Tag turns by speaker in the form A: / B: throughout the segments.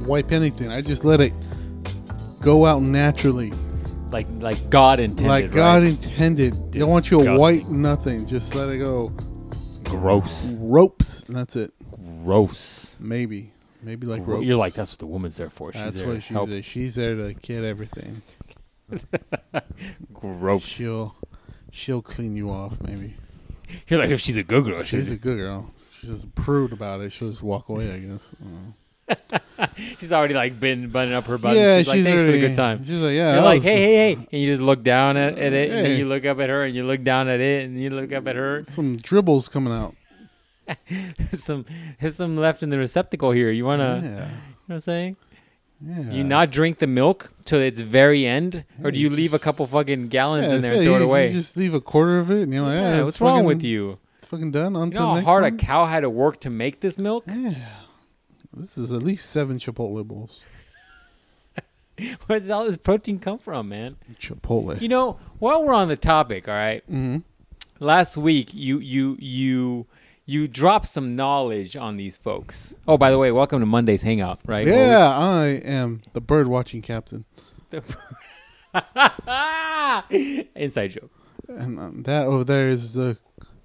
A: wipe anything. I just let it go out naturally,
B: like like God intended.
A: like
B: right?
A: God intended. They don't want you to
B: Disgusting.
A: wipe nothing. Just let it go.
B: gross,
A: Ropes. And that's it.
B: gross.
A: Maybe. Maybe like ropes.
B: You're like that's what the woman's there for. She's
A: That's
B: there to
A: what she's
B: help.
A: there. She's there to get everything.
B: Gross.
A: She'll she'll clean you off. Maybe
B: You're like if she's a good girl, she's
A: she's a good girl. She's just a prude about it. She'll just walk away. I guess. I don't know.
B: she's already like been buttoning up her buttons.
A: yeah,
B: she's, like, thanks for a
A: already-
B: good time.
A: She's like, yeah,
B: You're
A: that
B: like,
A: was-
B: hey, hey, hey, and you just look down at, at it, and then
A: Hey.
B: you look up at her, and you look down at it, and you look up at her.
A: some dribbles coming out.
B: There's some, there's some left in the receptacle here. You wanna, you know
A: yeah,
B: what I'm saying?
A: yeah.
B: Uh, You not drink the milk till its very end, or do
A: Yeah,
B: you
A: you
B: leave a
A: just-
B: couple fucking gallons in
A: that's
B: there and throw
A: You-
B: it
A: you
B: away?
A: just leave a quarter of it, and you're like,
B: Yeah,
A: yeah,
B: what's wrong with you?
A: It's fucking done. On
B: You
A: to
B: know
A: the
B: how
A: next
B: hard a
A: one.
B: cow had to work to make this milk?
A: yeah, this is at least seven Chipotle bowls.
B: Where does all this protein come from, man?
A: Chipotle.
B: You know, while we're on the topic, all right.
A: mm-hmm.
B: Last week, you you you you dropped some knowledge on these folks. Oh, by the way, welcome to Monday's Hangout, right? Where we-
A: Yeah, I am the bird watching captain,
B: Inside joke.
A: and um, that over there is the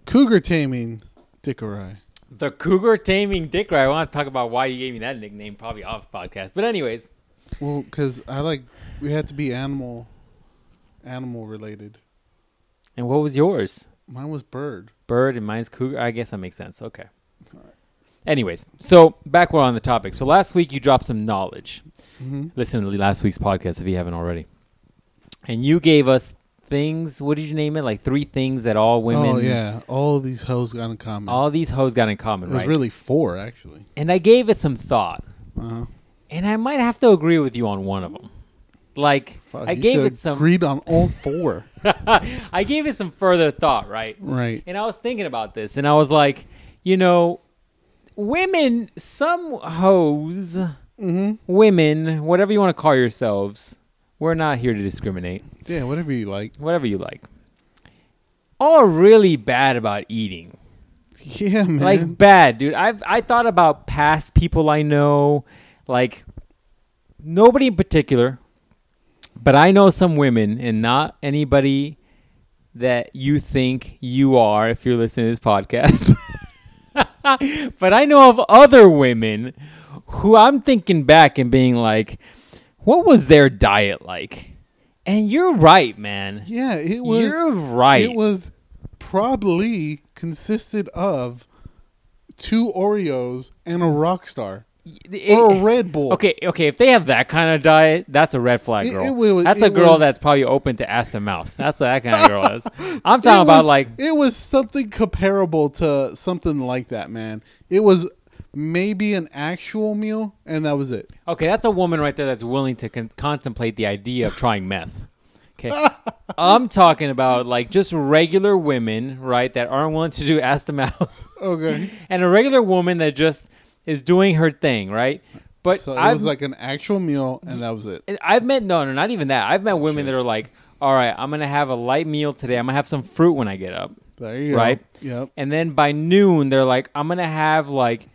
A: cougar taming Dickorai.
B: The cougar taming dick. Right? I want to talk about why you gave me that nickname, probably off podcast. But anyways,
A: Well, because I like we had to be animal, animal related.
B: and what was yours?
A: Mine was bird.
B: Bird and mine's cougar. I guess that makes sense. Okay. Anyways, so back we're on the topic. So last week you dropped some knowledge.
A: Mm-hmm.
B: Listen to last week's podcast if you haven't already. And you gave us things. What did you name it? Like three things that all women,
A: Oh yeah, all these hoes got in common.
B: all these hoes got in common,
A: it was
B: right?
A: really four actually.
B: and I gave it some thought.
A: Uh-huh.
B: And I might have to agree with you on one of them. Like
A: Fuck,
B: I
A: you
B: gave
A: should
B: it some
A: Agreed on all four.
B: I gave it some further thought, right?
A: right.
B: And I was thinking about this and I was like, you know, women, some hoes,
A: Mm-hmm.
B: women, whatever you want to call yourselves, we're not here to discriminate.
A: Yeah, whatever you like.
B: Whatever you like. All really bad about eating.
A: Yeah, man.
B: Like bad, dude. I've I thought about past people I know, like nobody in particular, but I know some women and not anybody that you think you are if you're listening to this podcast. but I know of other women who I'm thinking back and being like, what was their diet like? And you're right, man.
A: yeah, it was.
B: you're right.
A: It was probably consisted of two Oreos and a rock star
B: It-
A: or a Red Bull.
B: Okay, okay. If they have that kind of diet, that's a red flag
A: It-
B: girl.
A: it wa-
B: that's a
A: it
B: girl
A: was-
B: that's probably open to ass to mouth. That's what that kind of girl is. I'm
A: It
B: talking about
A: was-
B: like
A: it was something comparable to something like that, man. It was maybe an actual meal, and that was it.
B: okay, that's a woman right there that's willing to con- contemplate the idea of trying meth. Okay, I'm talking about like just regular women, right, that aren't willing to do ass to mouth,
A: Okay,
B: and a regular woman that just is doing her thing, right? But
A: so it
B: I've
A: was like an actual meal, and that was it.
B: And I've met no, no, not even that. I've met women that are like, all right, I'm gonna have a light meal today. I'm gonna have some fruit when I get up.
A: There you
B: Right.
A: go. Yep.
B: and then by noon they're like i'm gonna have like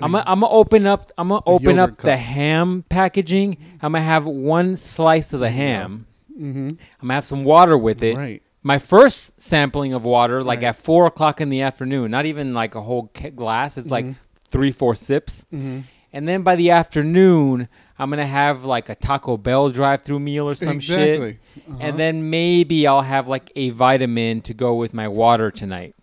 B: i'm gonna I'm gonna open up i'm gonna open
A: yogurt
B: up the
A: cup.
B: ham packaging i'm gonna have one slice of the ham i'm gonna have some water with it
A: Mm-hmm. Right.
B: my first sampling of water like at four o'clock in the afternoon not even like a whole ca- glass it's like
A: Mm-hmm.
B: three four sips and then by the afternoon i'm gonna have like a taco bell drive-through meal or some
A: Exactly. Uh-huh.
B: shit and then maybe i'll have like a vitamin to go with my water tonight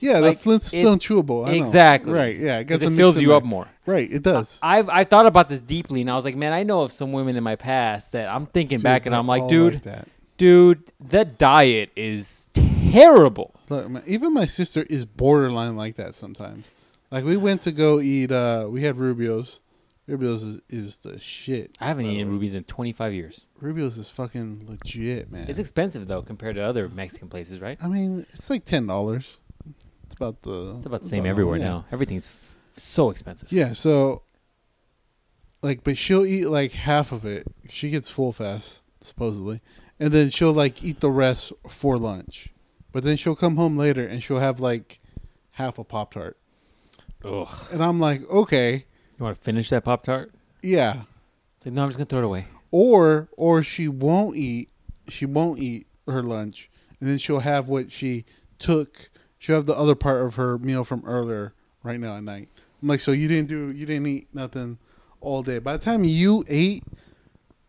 A: Yeah,
B: Like,
A: the Flintstone
B: it's-
A: chewable. I know.
B: exactly.
A: Right. Yeah. I guess
B: 'Cause it
A: I'm
B: fills
A: mixing there.
B: you up more.
A: Right. It does.
B: I've I thought about this deeply, and I was like, man, I know of some women in my past that I'm thinking
A: See,
B: back, and
A: they're
B: I'm like,
A: all
B: dude,
A: that.
B: dude, that diet is terrible.
A: Look, man, even my sister is borderline like that sometimes. Like we went to go eat. uh We had Rubio's. Rubio's is, is the shit.
B: I haven't
A: by the
B: eaten
A: way.
B: rubies in 25 years.
A: Rubio's is fucking legit, man.
B: It's expensive though compared to other Mexican places, right?
A: I mean, it's like ten dollars. It's about the.
B: It's about the same everywhere
A: yeah.
B: now. Everything's f- so expensive.
A: Yeah. So, like, but she'll eat like half of it. She gets full fast supposedly, and then she'll like eat the rest for lunch. But then she'll come home later and she'll have like half a pop tart,
B: Ugh.
A: and I'm like, okay,
B: You want to finish that pop tart?
A: yeah.
B: It's like, no, I'm just gonna throw it away.
A: or or she won't eat she won't eat her lunch and then she'll have what she took she'll have the other part of her meal from earlier right now at night i'm like so you didn't do you didn't eat nothing all day by the time you ate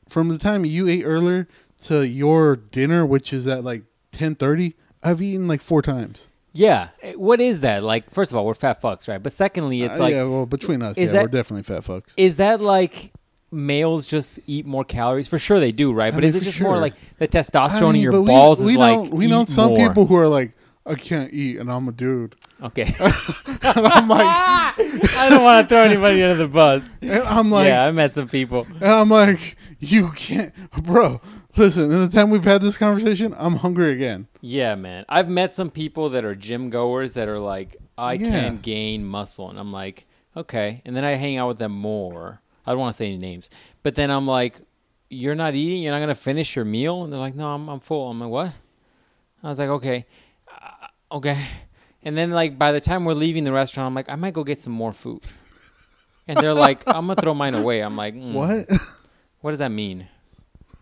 A: from the time you ate earlier to your dinner which is at like 10.30 i've eaten like four times
B: Yeah. Eh, What is that? Like, first of all, we're fat fucks, right? But secondly, it's
A: Uh,
B: like,
A: yeah well between us yeah
B: is
A: we're
B: that-
A: definitely fat fucks
B: is that like males just eat more calories? For sure they do, right? But
A: mean,
B: is it
A: for
B: just more
A: sure.
B: like the testosterone
A: I
B: in
A: mean,
B: your
A: but we-
B: balls
A: we
B: is
A: know,
B: like
A: we know
B: eat
A: some
B: more.
A: people who are like i can't eat and i'm a dude
B: Okay.
A: and i'm like
B: I don't want to throw anybody under the bus.
A: And I'm like,
B: yeah, I met some people.
A: and I'm like, you can't, bro. Listen, in the time we've had this conversation, I'm hungry again.
B: Yeah, man. I've met some people that are gym goers that are like, I
A: Yeah.
B: can gain muscle. And I'm like, okay. And then I hang out with them more. I don't want to say any names. But then I'm like, you're not eating? You're not going to finish your meal? And they're like, no, I'm, I'm full. I'm like, what? I was like, okay. Uh, okay. And then, like, by the time we're leaving the restaurant, I'm like, I might go get some more food. And they're like, I'm going to throw mine away. I'm like, mm,
A: What?
B: What does that mean?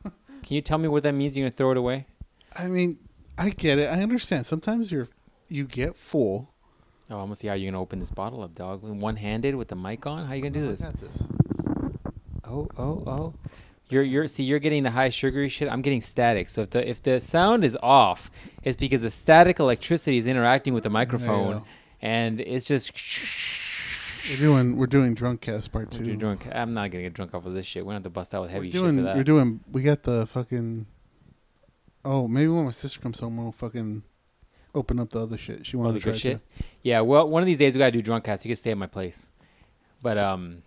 B: Can you tell me what that means? You're going to throw it away?
A: I mean, I get it. I understand. Sometimes you're, you get full.
B: Oh, I'm gonna see how you're gonna open this bottle up, dog. One-handed with the mic on. How you gonna do
A: I
B: this?
A: got this.
B: Oh, oh, oh. You're, you're. See, you're getting the high sugary shit. I'm getting static. So if the if the sound is off, it's because the static electricity is interacting with the microphone,
A: go.
B: and it's just.
A: We're doing, we're doing drunk cast part two.
B: You're drunk. I'm not gonna get drunk off of this shit. We don't have to bust out with
A: we're
B: heavy shit for
A: doing,
B: that.
A: we're doing. We got the fucking. Oh, maybe when my sister comes home, we'll fucking open up the other shit. She
B: Oh,
A: wanted
B: the
A: to try
B: good shit.
A: shit.
B: Yeah. Well, one of these days we gotta do drunk cast. You can stay at my place, but um,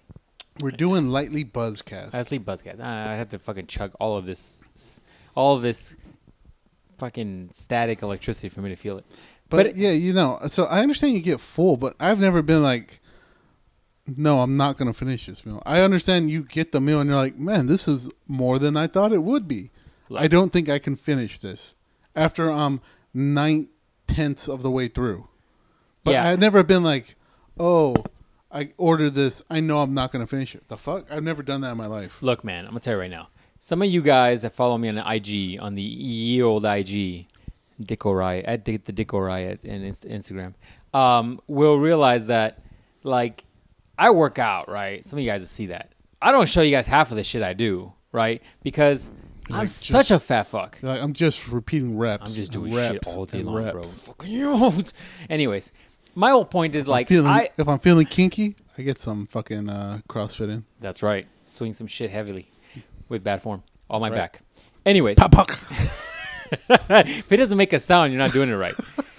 A: We're doing lightly buzzcast.
B: I sleep buzz guys. I, I have to fucking chug all of this, all of this, fucking static electricity for me to feel it.
A: But,
B: But-
A: yeah, you know, so I understand you get full, but I've never been like, no, I'm not going to finish this meal. I understand you get the meal and you're like, man, this is more than I thought it would be.
B: Look.
A: I don't think I can finish this after I'm nine tenths of the way through. But
B: Yeah.
A: I've never been like, oh, I ordered this. I know I'm not going to finish it. The fuck? I've never done that in my life.
B: Look, man, I'm gonna tell you right now. Some of you guys that follow me on IG, on the year old IG, Dicko Riot at Dick, the Dicko Riot and inst- Instagram, um, will realize that like I work out, right? Some of you guys will see that. I don't show you guys half of the shit I do, right? Because I'm
A: Like,
B: such
A: just-
B: a fat fuck.
A: You're like, I'm just repeating reps.
B: I'm just
A: and
B: doing shit
A: reps
B: all day
A: and
B: long, bro.
A: reps.
B: Fucking you. Anyways, my whole point is like
A: Feeling,
B: I.
A: if I'm feeling kinky, I get some fucking uh, CrossFit in.
B: That's right. Swing some shit heavily with bad form. All my
A: right.
B: back. Anyways,
A: Pop, pop.
B: if it doesn't make a sound, you're not doing it right.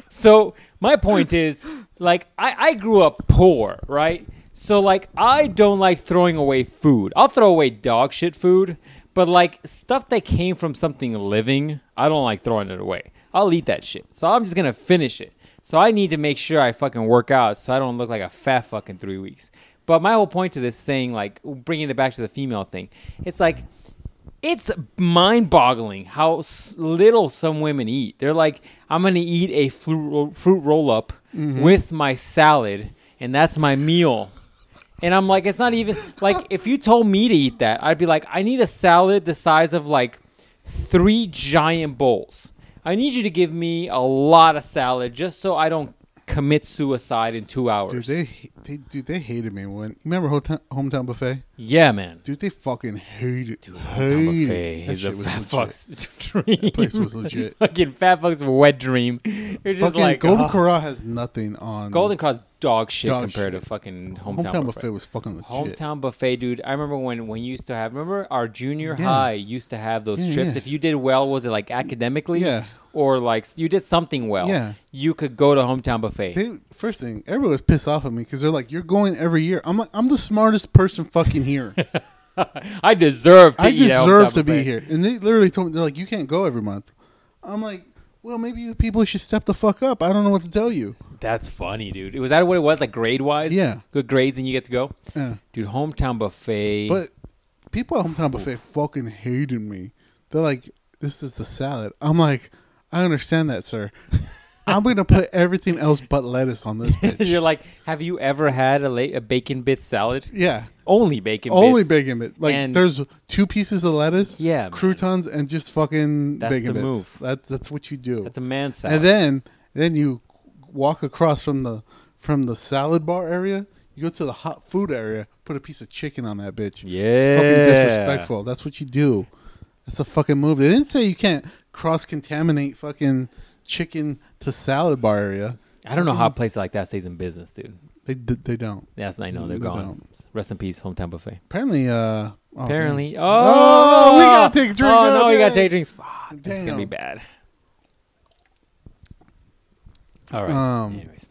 B: so my point is, like, I, I grew up poor, right? So like, I don't like throwing away food. I'll throw away dog shit food, but like stuff that came from something living, I don't like throwing it away. I'll eat that shit. So I'm just gonna finish it. So I need to make sure I fucking work out so I don't look like a fat fuck in three weeks. But my whole point to this saying, like, bringing it back to the female thing, it's like it's mind-boggling how s- little some women eat. They're like, I'm gonna eat a fru- ro- fruit roll-up with my salad, and that's my meal. And I'm like, it's not even like if you told me to eat that, I'd be like, I need a salad the size of like three giant bowls. I need you to give me a lot of salad just so I don't commit suicide in two hours.
A: Dude, they, they, dude, they hated me when. Remember Hometown, hometown Buffet?
B: yeah, man.
A: Dude, they fucking hated. Dude,
B: Tom
A: hated.
B: Buffet
A: That
B: is a
A: shit was
B: fat
A: legit.
B: fuck's dream. That
A: place was legit.
B: Fucking fat fuck's wet dream. You're just
A: Fucking
B: like
A: Golden
B: oh.
A: Corral has nothing on.
B: Golden Cross dog shit
A: Dog
B: compared
A: shit.
B: to fucking hometown,
A: Hometown,
B: buffet.
A: buffet. was fucking legit.
B: Hometown buffet, dude. I remember when when you used to have. Remember our junior
A: Yeah.
B: high used to have those
A: Yeah,
B: trips.
A: yeah.
B: If you did well, was it like academically?
A: Yeah.
B: Or like you did something well.
A: Yeah.
B: You could go to hometown buffet.
A: They, first thing, everyone was pissed off at me because they're like, "You're going every year." I'm like, "I'm the smartest person fucking here.
B: I deserve to.
A: I
B: eat at
A: deserve
B: Hometown
A: to be
B: Buffet.
A: here." And they literally told me, "They're like, you can't go every month." I'm like, "Well, maybe you people should step the fuck up. I don't know what to tell you."
B: That's funny, dude. Was that what it was? Like grade wise?
A: Yeah.
B: Good grades and you get to go.
A: Yeah.
B: Dude, hometown buffet.
A: But people at Hometown Buffet fucking hated me. They're like, this is the salad. I'm like, I understand that, sir. I'm going to put everything else but lettuce on this bitch.
B: You're like, have you ever had a, la- a bacon bit salad?
A: yeah.
B: only bacon.
A: Only
B: bits.
A: bacon bits. Like
B: And-
A: there's two pieces of lettuce,
B: Yeah,
A: croutons, and just fucking
B: That's
A: bacon
B: the
A: bits.
B: move.
A: That's that's what you do.
B: that's a man salad.
A: and then then you walk across from the from the salad bar area. You go to the hot food area. Put a piece of chicken on that bitch.
B: yeah,
A: Fucking disrespectful. That's what you do. That's a fucking move. They didn't say you can't cross contaminate fucking chicken to salad bar area.
B: I don't know how a place like that stays in business, dude.
A: They d- they don't.
B: That's I know they're
A: They
B: gone.
A: don't.
B: Rest in peace, hometown buffet.
A: Apparently, uh, oh, damn.
B: Apparently, oh,
A: Oh, we gotta take a drink
B: Oh
A: now,
B: no, we gotta
A: damn.
B: take drinks. Fuck, this is gonna be
A: Ah, Damn.
B: bad. All right.
A: Um,
B: Anyways,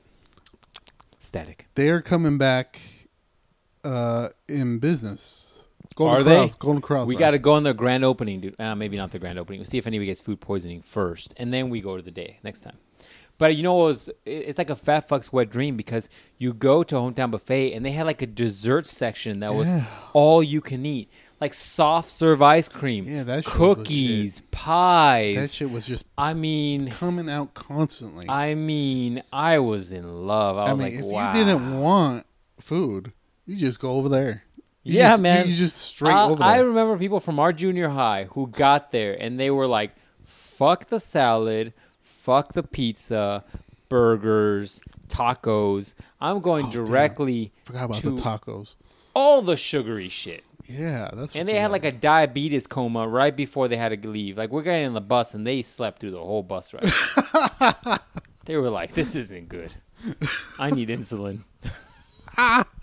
B: static.
A: they are coming back uh, in business. Golden
B: Are they?
A: Corral's, Golden Corral's
B: we
A: are.
B: got to go on the grand opening, dude. Uh, maybe not the grand opening. We'll see if anybody gets food poisoning first, and then we go to the day next time. But you know what was? it- It's like a fat fuck's wet dream because you go to hometown buffet and they had like a dessert section that was
A: Yeah.
B: all you can eat, like soft serve ice cream,
A: Yeah, that shit was legit.
B: cookies,
A: that
B: pies.
A: shit was just
B: I mean,
A: coming out constantly. I,
B: I mean, I was in love. I was
A: mean,
B: like,
A: if
B: wow.
A: you didn't want food, you just go over there. You
B: Yeah,
A: just,
B: man.
A: You, you just straight
B: I,
A: over
B: I
A: there.
B: remember people from our junior high who got there and they were like, fuck the salad, fuck the pizza, burgers, tacos. I'm
A: Oh,
B: going directly
A: Forgot about
B: to
A: the tacos.
B: all the sugary shit.
A: Yeah, that's.
B: And they had like a diabetes coma right before they had to leave. Like we're getting on the bus and they slept through the whole bus ride. they were like, "This isn't good. I need insulin."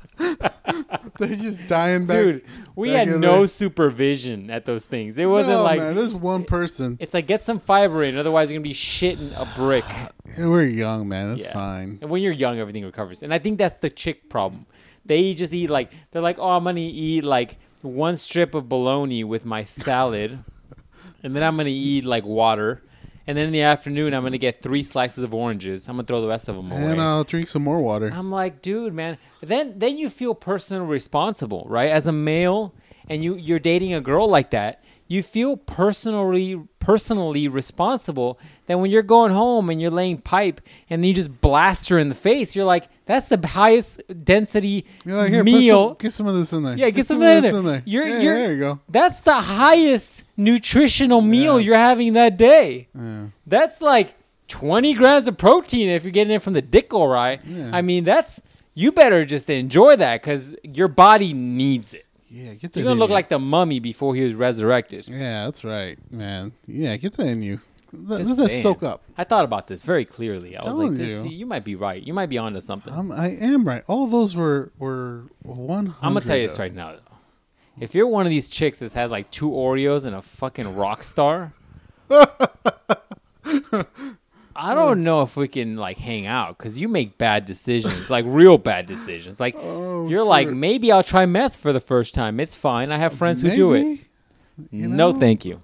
A: They're just dying back.
B: Dude, we
A: back
B: had
A: in
B: no
A: there.
B: supervision at those things. It wasn't
A: no,
B: like
A: man, there's one person.
B: it's like get some fiber in, otherwise you're gonna be shitting a brick.
A: Yeah, we're young, man. That's
B: Yeah.
A: fine.
B: And when you're young, everything recovers. And I think that's the chick problem. They just eat like they're like, oh, I'm gonna eat like one strip of bologna with my salad, and then I'm gonna eat like water, and then in the afternoon I'm gonna get three slices of oranges. I'm gonna throw the rest of them away.
A: And I'll drink some more water.
B: I'm like, dude, man. Then then you feel personally responsible, right? As a male, and you you're dating a girl like that, you feel personally personally responsible. That when you're going home and you're laying pipe, and you just blast her in the face, you're like, that's the highest density
A: You're like, here, put
B: meal.
A: some- get some of this in there.
B: Yeah, get some of that in
A: this
B: there. You're-
A: yeah,
B: you're-
A: there you go.
B: That's the highest nutritional meal
A: Yeah.
B: you're having that day.
A: Yeah.
B: That's like 20 grams of protein if you're getting it from the dick, all right.
A: Yeah.
B: I mean, that's you better just enjoy that because your body needs it.
A: Yeah, get that.
B: You're gonna
A: in
B: look
A: you.
B: like the mummy before he was resurrected.
A: Yeah, that's right, man. Yeah, get that in you. Let,
B: Just
A: let that
B: saying.
A: soak up.
B: I thought about this very clearly. I was like,
A: Telling
B: this,
A: you.
B: you might be right. You might be onto something.
A: I'm, I am right. All those were were one hundred.
B: I'm gonna tell you this right now. Though. If you're one of these chicks that has like two Oreos and a fucking rock star, I don't know if we can like hang out because you make bad decisions, like real bad decisions. Like
A: Oh,
B: you're like,
A: shit.
B: maybe I'll try meth for the first time. It's fine. I have friends who do it.
A: you
B: No,
A: know?
B: thank you.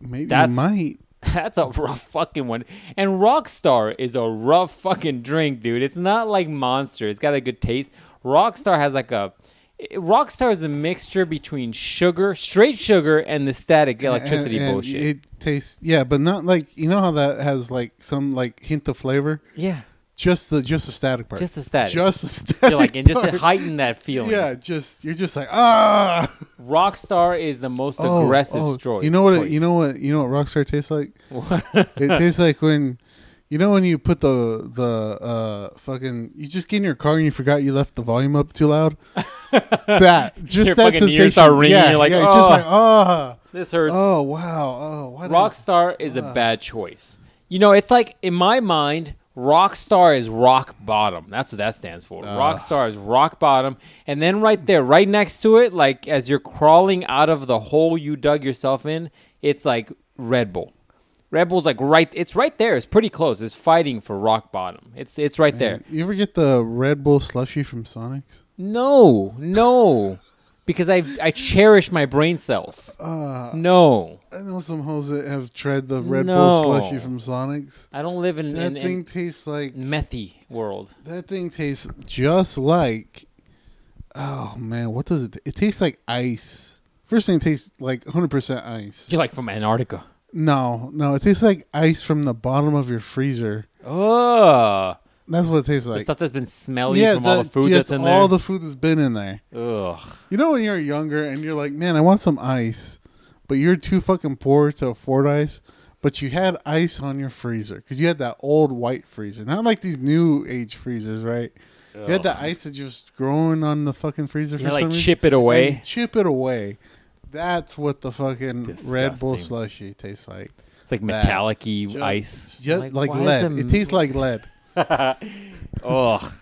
A: Maybe
B: That's-
A: you might.
B: That's a rough fucking one. And Rockstar is a rough fucking drink, dude. It's not like Monster. It's got a good taste. Rockstar has like a it- Rockstar is a mixture between sugar, straight sugar, and the static electricity
A: And- and
B: bullshit.
A: It tastes yeah, but not like you know how that has like some like hint of flavor.
B: yeah,
A: Just the just the static part.
B: Just the static.
A: Just the static.
B: You're like and just to
A: part.
B: heighten that feeling.
A: Yeah, just you're just like ah.
B: Rockstar is the most
A: Oh,
B: aggressive
A: oh,
B: stro-
A: You know what? it-
B: choice.
A: You know what? You know what? Rockstar tastes like. it tastes like when, you know, when you put the the uh fucking you just get in your car and you forgot you left the volume up too loud. that just
B: Your
A: that
B: fucking ears
A: sensation.
B: start ringing,
A: Yeah,
B: you're like,
A: yeah, it's just
B: "Oh."
A: like oh,
B: This hurts.
A: oh wow, oh why did I-"
B: Rockstar is a bad choice. You know, it's like in my mind, Rockstar is rock bottom. That's what that stands for. Rockstar is rock bottom, and then right there, right next to it, like as you're crawling out of the hole you dug yourself in, it's like Red Bull. Red Bull's like right. It's right there. It's pretty close. It's fighting for rock bottom. It's it's right there.
A: You ever get the Red Bull slushy from Sonic's?
B: No, no, because I I cherish my brain cells.
A: Uh,
B: No,
A: I know some hoes that have tried the Red
B: No.
A: Bull slushy from Sonic's.
B: I don't live in,
A: That
B: in,
A: thing
B: in
A: tastes like
B: methy world.
A: That thing tastes just like. Oh man, what does it? It tastes like ice. First thing, it tastes like 100% ice.
B: You're like from Antarctica.
A: No, no, it tastes like ice from the bottom of your freezer.
B: Oh,
A: That's what it tastes
B: the
A: like.
B: stuff that's been smelly from all the food
A: yes,
B: that's in
A: all
B: there.
A: the food that's been in there.
B: Ugh.
A: You know when you're younger and you're like, man, I want some ice, but you're too fucking poor to afford ice. But you had ice on your freezer because you had that old white freezer, not like these new age freezers, right? You had the ice that just growing on the fucking freezer
B: You
A: for
B: know, like
A: some reason.
B: chip it
A: And you
B: away.
A: chip it away. That's what the fucking Red Bull
B: Disgustic.
A: slushy tastes like.
B: It's like
A: Bad.
B: metallic y
A: Ju-
B: ice.
A: ju-
B: Like,
A: like,
B: why is
A: lead.
B: it-
A: It tastes like lead.
B: Ugh.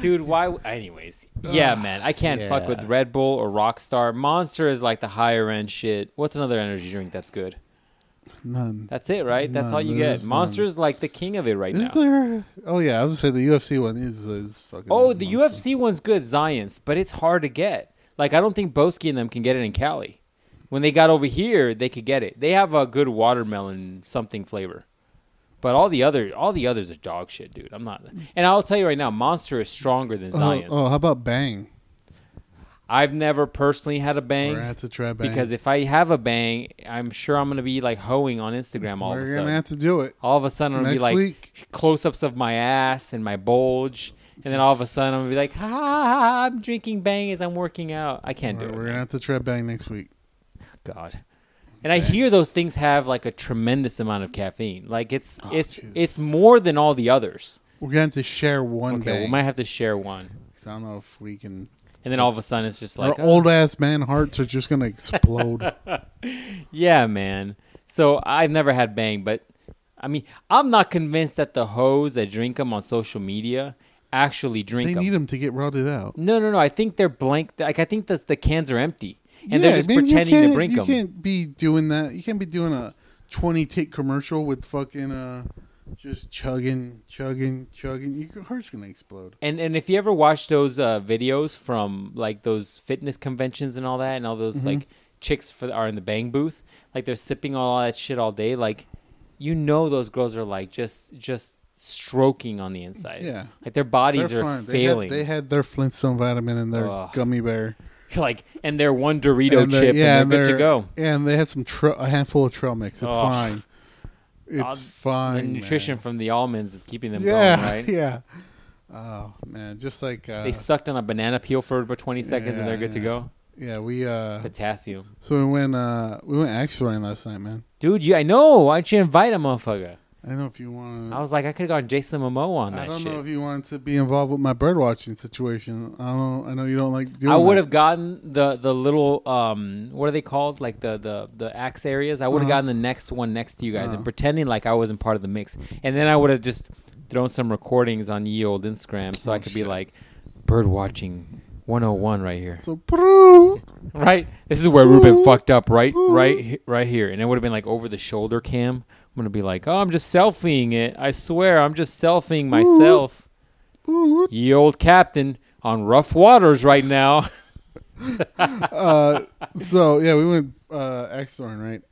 B: Dude, why? w- Anyways, yeah, man, I can't fuck with
A: Yeah.
B: Red Bull or Rockstar. Monster is like the higher end shit. What's another energy drink that's good?
A: None.
B: That's it, right? That's
A: No,
B: all you
A: there
B: get.
A: is
B: Monster is like the king of it right
A: Is
B: now.
A: there? Oh yeah, I was gonna say the UFC one is, is fucking.
B: oh, the
A: monster.
B: UFC one's good, Zions, but it's hard to get. Like, I don't think Boski and them can get it in Cali. When they got over here, they could get it. They have a good watermelon something flavor. But all the other all the others are dog shit, dude. I'm not and I'll tell you right now, Monster is stronger than
A: Oh,
B: Zions.
A: oh, how about Bang?
B: I've never personally had a bang.
A: We're gonna have to try Bang
B: Because if I have a bang, I'm sure I'm gonna be like hoeing on Instagram all
A: we're
B: of a
A: gonna
B: sudden.
A: have to do it.
B: all of a sudden, I'm gonna be
A: Next
B: like
A: week.
B: close-ups of my ass and my bulge, and then all of a sudden, I'm gonna be like, "Ha, ha, ha I'm drinking bang as I'm working out. I can't
A: We're,
B: do it.
A: we're
B: man.
A: gonna have to try Bang next week.
B: God. And I hear those things have like a tremendous amount of caffeine. Like it's it's
A: Oh, Jesus.
B: it's more than all the others.
A: We're gonna have to share one
B: Okay, we
A: Bang.
B: might have to share one.
A: 'cause I don't know if we can.
B: And then all of a sudden, it's just like
A: Our
B: oh,
A: old ass man hearts are just gonna explode. oh.
B: Yeah, man. So I've never had bang, but I mean, I'm not convinced that the hoes that drink them on social media actually drink
A: they
B: 'em.
A: need them to get routed out.
B: no, no, no. I think they're blank. Like I think that's the cans are empty, and
A: Yeah,
B: they're just
A: man, you
B: pretending to
A: can't-
B: drink
A: You
B: them.
A: can't be doing that. You can't be doing a twenty take commercial with fucking uh, just chugging, chugging, chugging. Your heart's gonna explode.
B: And and if you ever watch those uh, videos from like those fitness conventions and all that, and all those
A: Mm-hmm.
B: like chicks for, are in the bang booth, like they're sipping all that shit all day. Like, you know, those girls are like just just stroking on the inside.
A: Yeah.
B: like their bodies
A: They're
B: are
A: fine.
B: failing.
A: They had, they had their Flintstone vitamin and their
B: Ugh.
A: gummy bear.
B: like and their one Dorito
A: And they're-
B: chip and they're good to
A: they're-
B: go.
A: And they had some tr- a handful of trail mix. It's
B: Ugh.
A: fine. It's
B: Uh,
A: fine.
B: the nutrition from the almonds is keeping them
A: man. Yeah,
B: going, right?
A: yeah. Oh man, just like uh,
B: They sucked on a banana peel for about 20 seconds and
A: Yeah,
B: they're good to
A: yeah.
B: go.
A: yeah, we uh,
B: Potassium.
A: so we went uh, we went axe riding last night, man.
B: Dude, you, I know. Why don't you invite a motherfucker?
A: I don't know if you want
B: I was like, I could have gotten Jason Momoa on
A: I
B: that
A: don't know
B: shit.
A: if you want to be involved with my bird watching situation. I don't. I know you don't like doing.
B: I would
A: that.
B: have gotten the the little um what are they called like the the the axe areas. I would have
A: Uh-huh.
B: gotten the next one next to you guys
A: Uh-huh.
B: and pretending like I wasn't part of the mix, and then I would have just thrown some recordings on ye old Instagram so
A: Oh,
B: I could be
A: shit.
B: like bird watching 101 right here.
A: So, brew.
B: Right. This is where Ruben
A: Ooh.
B: fucked up. Right.
A: Ooh.
B: Right. he- Right here. And it would have been like over the shoulder cam. I'm gonna be like, oh, I'm just selfieing it. I swear, I'm just selfieing myself.
A: Ooh.
B: Ye old captain on rough waters right now.
A: Uh, so yeah, we went uh, axe throwing, right?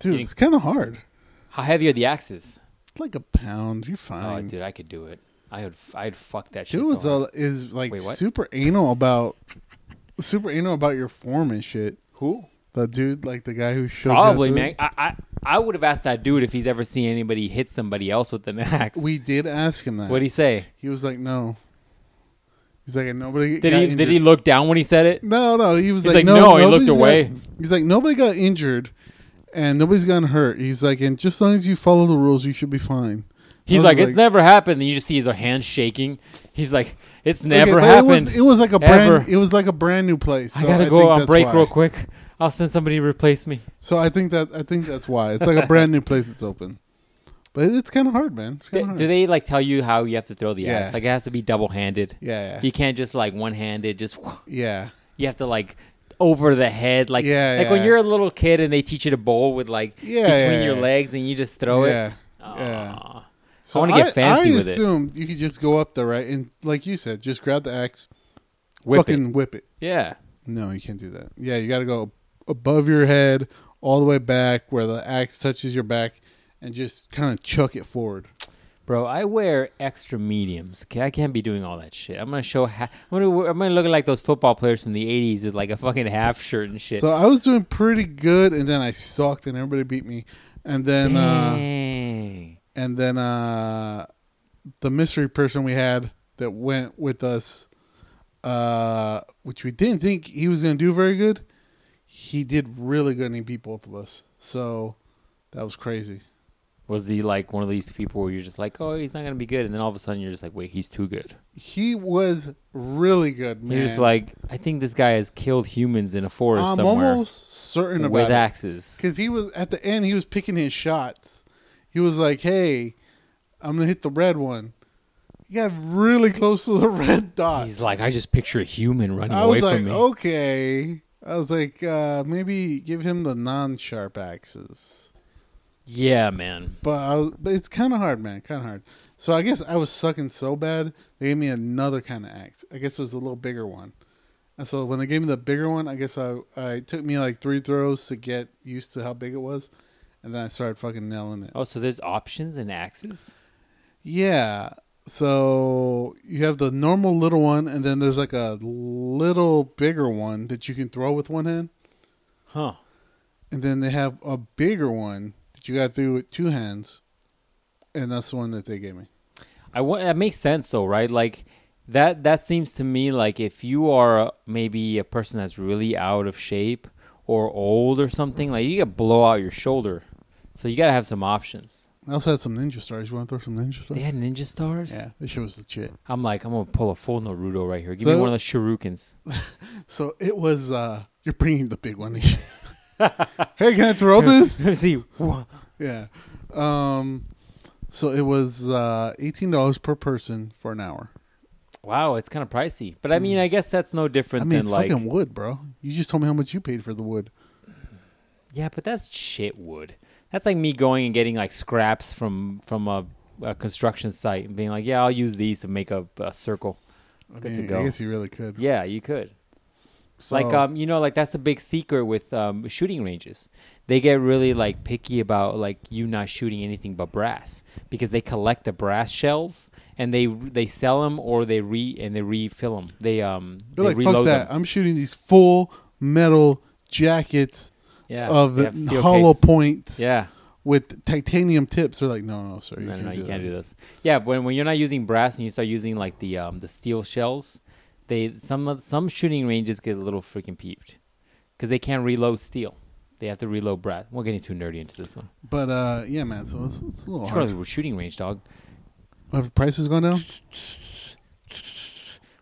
A: Dude, it's kind of hard.
B: How heavy are the axes?
A: It's like a pound. You're
B: Oh,
A: fine.
B: dude, I could do it. I would. f- I'd fuck that shit.
A: Dude
B: so
A: is,
B: hard.
A: uh, is like
B: Wait, what?
A: super anal about super anal about your form and shit.
B: Who?
A: The dude, like the guy who shows that
B: Probably,
A: dude.
B: man. I, I I would have asked that dude if he's ever seen anybody hit somebody else with an axe.
A: We did ask him that.
B: What'd he say?
A: he was like, no. He's like, nobody.
B: Did
A: got
B: he
A: injured.
B: Did he look down when he said it?
A: No, no. He was
B: He's
A: like,
B: like,
A: no.
B: "No," he
A: nobody's
B: looked away.
A: got- he's like, nobody got injured, and nobody's gotten hurt. He's like, and just as long as you follow the rules, you should be fine. I
B: He's
A: was
B: like, it's never happened. And you just see his hands shaking. He's like, it's never
A: Okay, but It
B: happened.
A: was, it was like a
B: Ever.
A: brand. It was like a brand new place.
B: I
A: so
B: gotta
A: think
B: go on
A: that's
B: break
A: why.
B: real quick. I'll send somebody to replace me.
A: So I think that I think that's why it's like a brand new place that's open. But it's kind of hard, man. It's
B: Do,
A: kind of hard.
B: do they like tell you how you have to throw the
A: Mm-hmm. Yeah.
B: axe? Like it has to be double handed.
A: yeah, yeah,
B: You can't just like one handed. Just
A: yeah.
B: you have to like over the head. Like
A: Yeah,
B: like when
A: yeah.
B: you're a little kid and they teach you to bowl with like
A: Yeah,
B: between
A: yeah,
B: your
A: yeah.
B: legs and you just throw
A: yeah.
B: it.
A: yeah.
B: Aw.
A: So
B: wanna get fancy
A: I
B: with it.
A: assumed you could just go up there, right? And like you said, just grab the axe,
B: Whip
A: fucking
B: it.
A: whip it.
B: Yeah.
A: No, you can't do that. Yeah, you got to go above your head, all the way back where the axe touches your back, and just kind of chuck it forward.
B: Bro, I wear extra mediums. Okay, I can't be doing all that shit. I'm gonna show. Ha- I'm gonna. I'm gonna look like those football players from the '80s with like a fucking half shirt and shit.
A: So I was doing pretty good, and then I sucked, uh, and everybody beat me. And then, uh,
B: Dang.
A: and then uh, the mystery person we had that went with us, uh, which we didn't think he was going to do very good, he did really good and he beat both of us. So that was crazy.
B: Was he like one of these people where you're just like, oh, he's not gonna be good, and then all of a sudden you're just like, wait, he's too good.
A: He was really good, man.
B: You're just like, I think this guy has killed humans in a forest
A: I'm
B: somewhere
A: almost certain
B: with
A: about it.
B: axes.
A: Because he was at the end, he was picking his shots. He was like, "Hey, I'm gonna hit the red one." He got really close to the red dot.
B: He's like, I just picture a human running
A: I was
B: away
A: like, oh.
B: from me.
A: "Okay." I was like, uh, "Maybe give him the non-sharp axes."
B: Yeah, man.
A: But, I was, but it's kind of hard, man. Kind of hard. So I guess I was sucking so bad they gave me another kind of axe. I guess it was a little bigger one. And so when they gave me the bigger one, I guess I, I it took me like three throws to get used to how big it was, and then I started fucking nailing it.
B: Oh, so there's options and axes.
A: Yeah. So you have the normal little one, and then there's like a little bigger one that you can throw with one hand,
B: Huh.
A: and then they have a bigger one that you got to throw with two hands, and that's the one that they gave me.
B: I want that makes sense though, right? Like that that seems to me like if you are uh, maybe a person that's really out of shape or old or something, like you could blow out your shoulder. So you gotta have some options.
A: I also had some ninja stars. You want to throw some ninja
B: They
A: stars?
B: had ninja stars.
A: Yeah, this shit was legit.
B: I'm like, I'm gonna pull a full Naruto right here. Give
A: So-
B: me one of those shurikens.
A: So it was. uh You're bringing the big one. hey, can I throw this?
B: See, wha-
A: Yeah. Um. So it was uh eighteen dollars per person for an hour.
B: wow, it's kind of pricey. But I mean, I guess that's no different
A: I mean,
B: than
A: it's
B: like,
A: fucking wood, bro. You just told me how much you paid for the wood.
B: yeah, but that's shit wood. That's like me going and getting like scraps from from a, a construction site and being like, yeah, I'll use these to make a, a circle.
A: I,
B: Good to
A: mean, I
B: go.
A: guess you really could.
B: Yeah, you could.
A: So,
B: Like um, you know, like that's the big secret with um, shooting ranges. They get really like picky about like you not shooting anything but brass because they collect the brass shells and they they sell them or they re and they refill them. They um they
A: you're like, fuck
B: reload
A: that.
B: them.
A: I'm shooting these full metal jackets
B: Yeah,
A: of
B: they have steel
A: hollow
B: case.
A: points
B: Yeah,
A: with titanium tips. They're like, no, no, sir, you
B: no, no,
A: can't,
B: no,
A: do,
B: you can't
A: that.
B: do this. Yeah, when when you're not using brass and you start using like the um the steel shells, they some of- some shooting ranges get a little freaking peeved because they can't reload steel. They have to reload brass. We're getting too nerdy into this one.
A: But uh, yeah, man. So it's, it's a little
B: Should go to
A: hard.
B: the shooting range, dog.
A: Have prices gone down?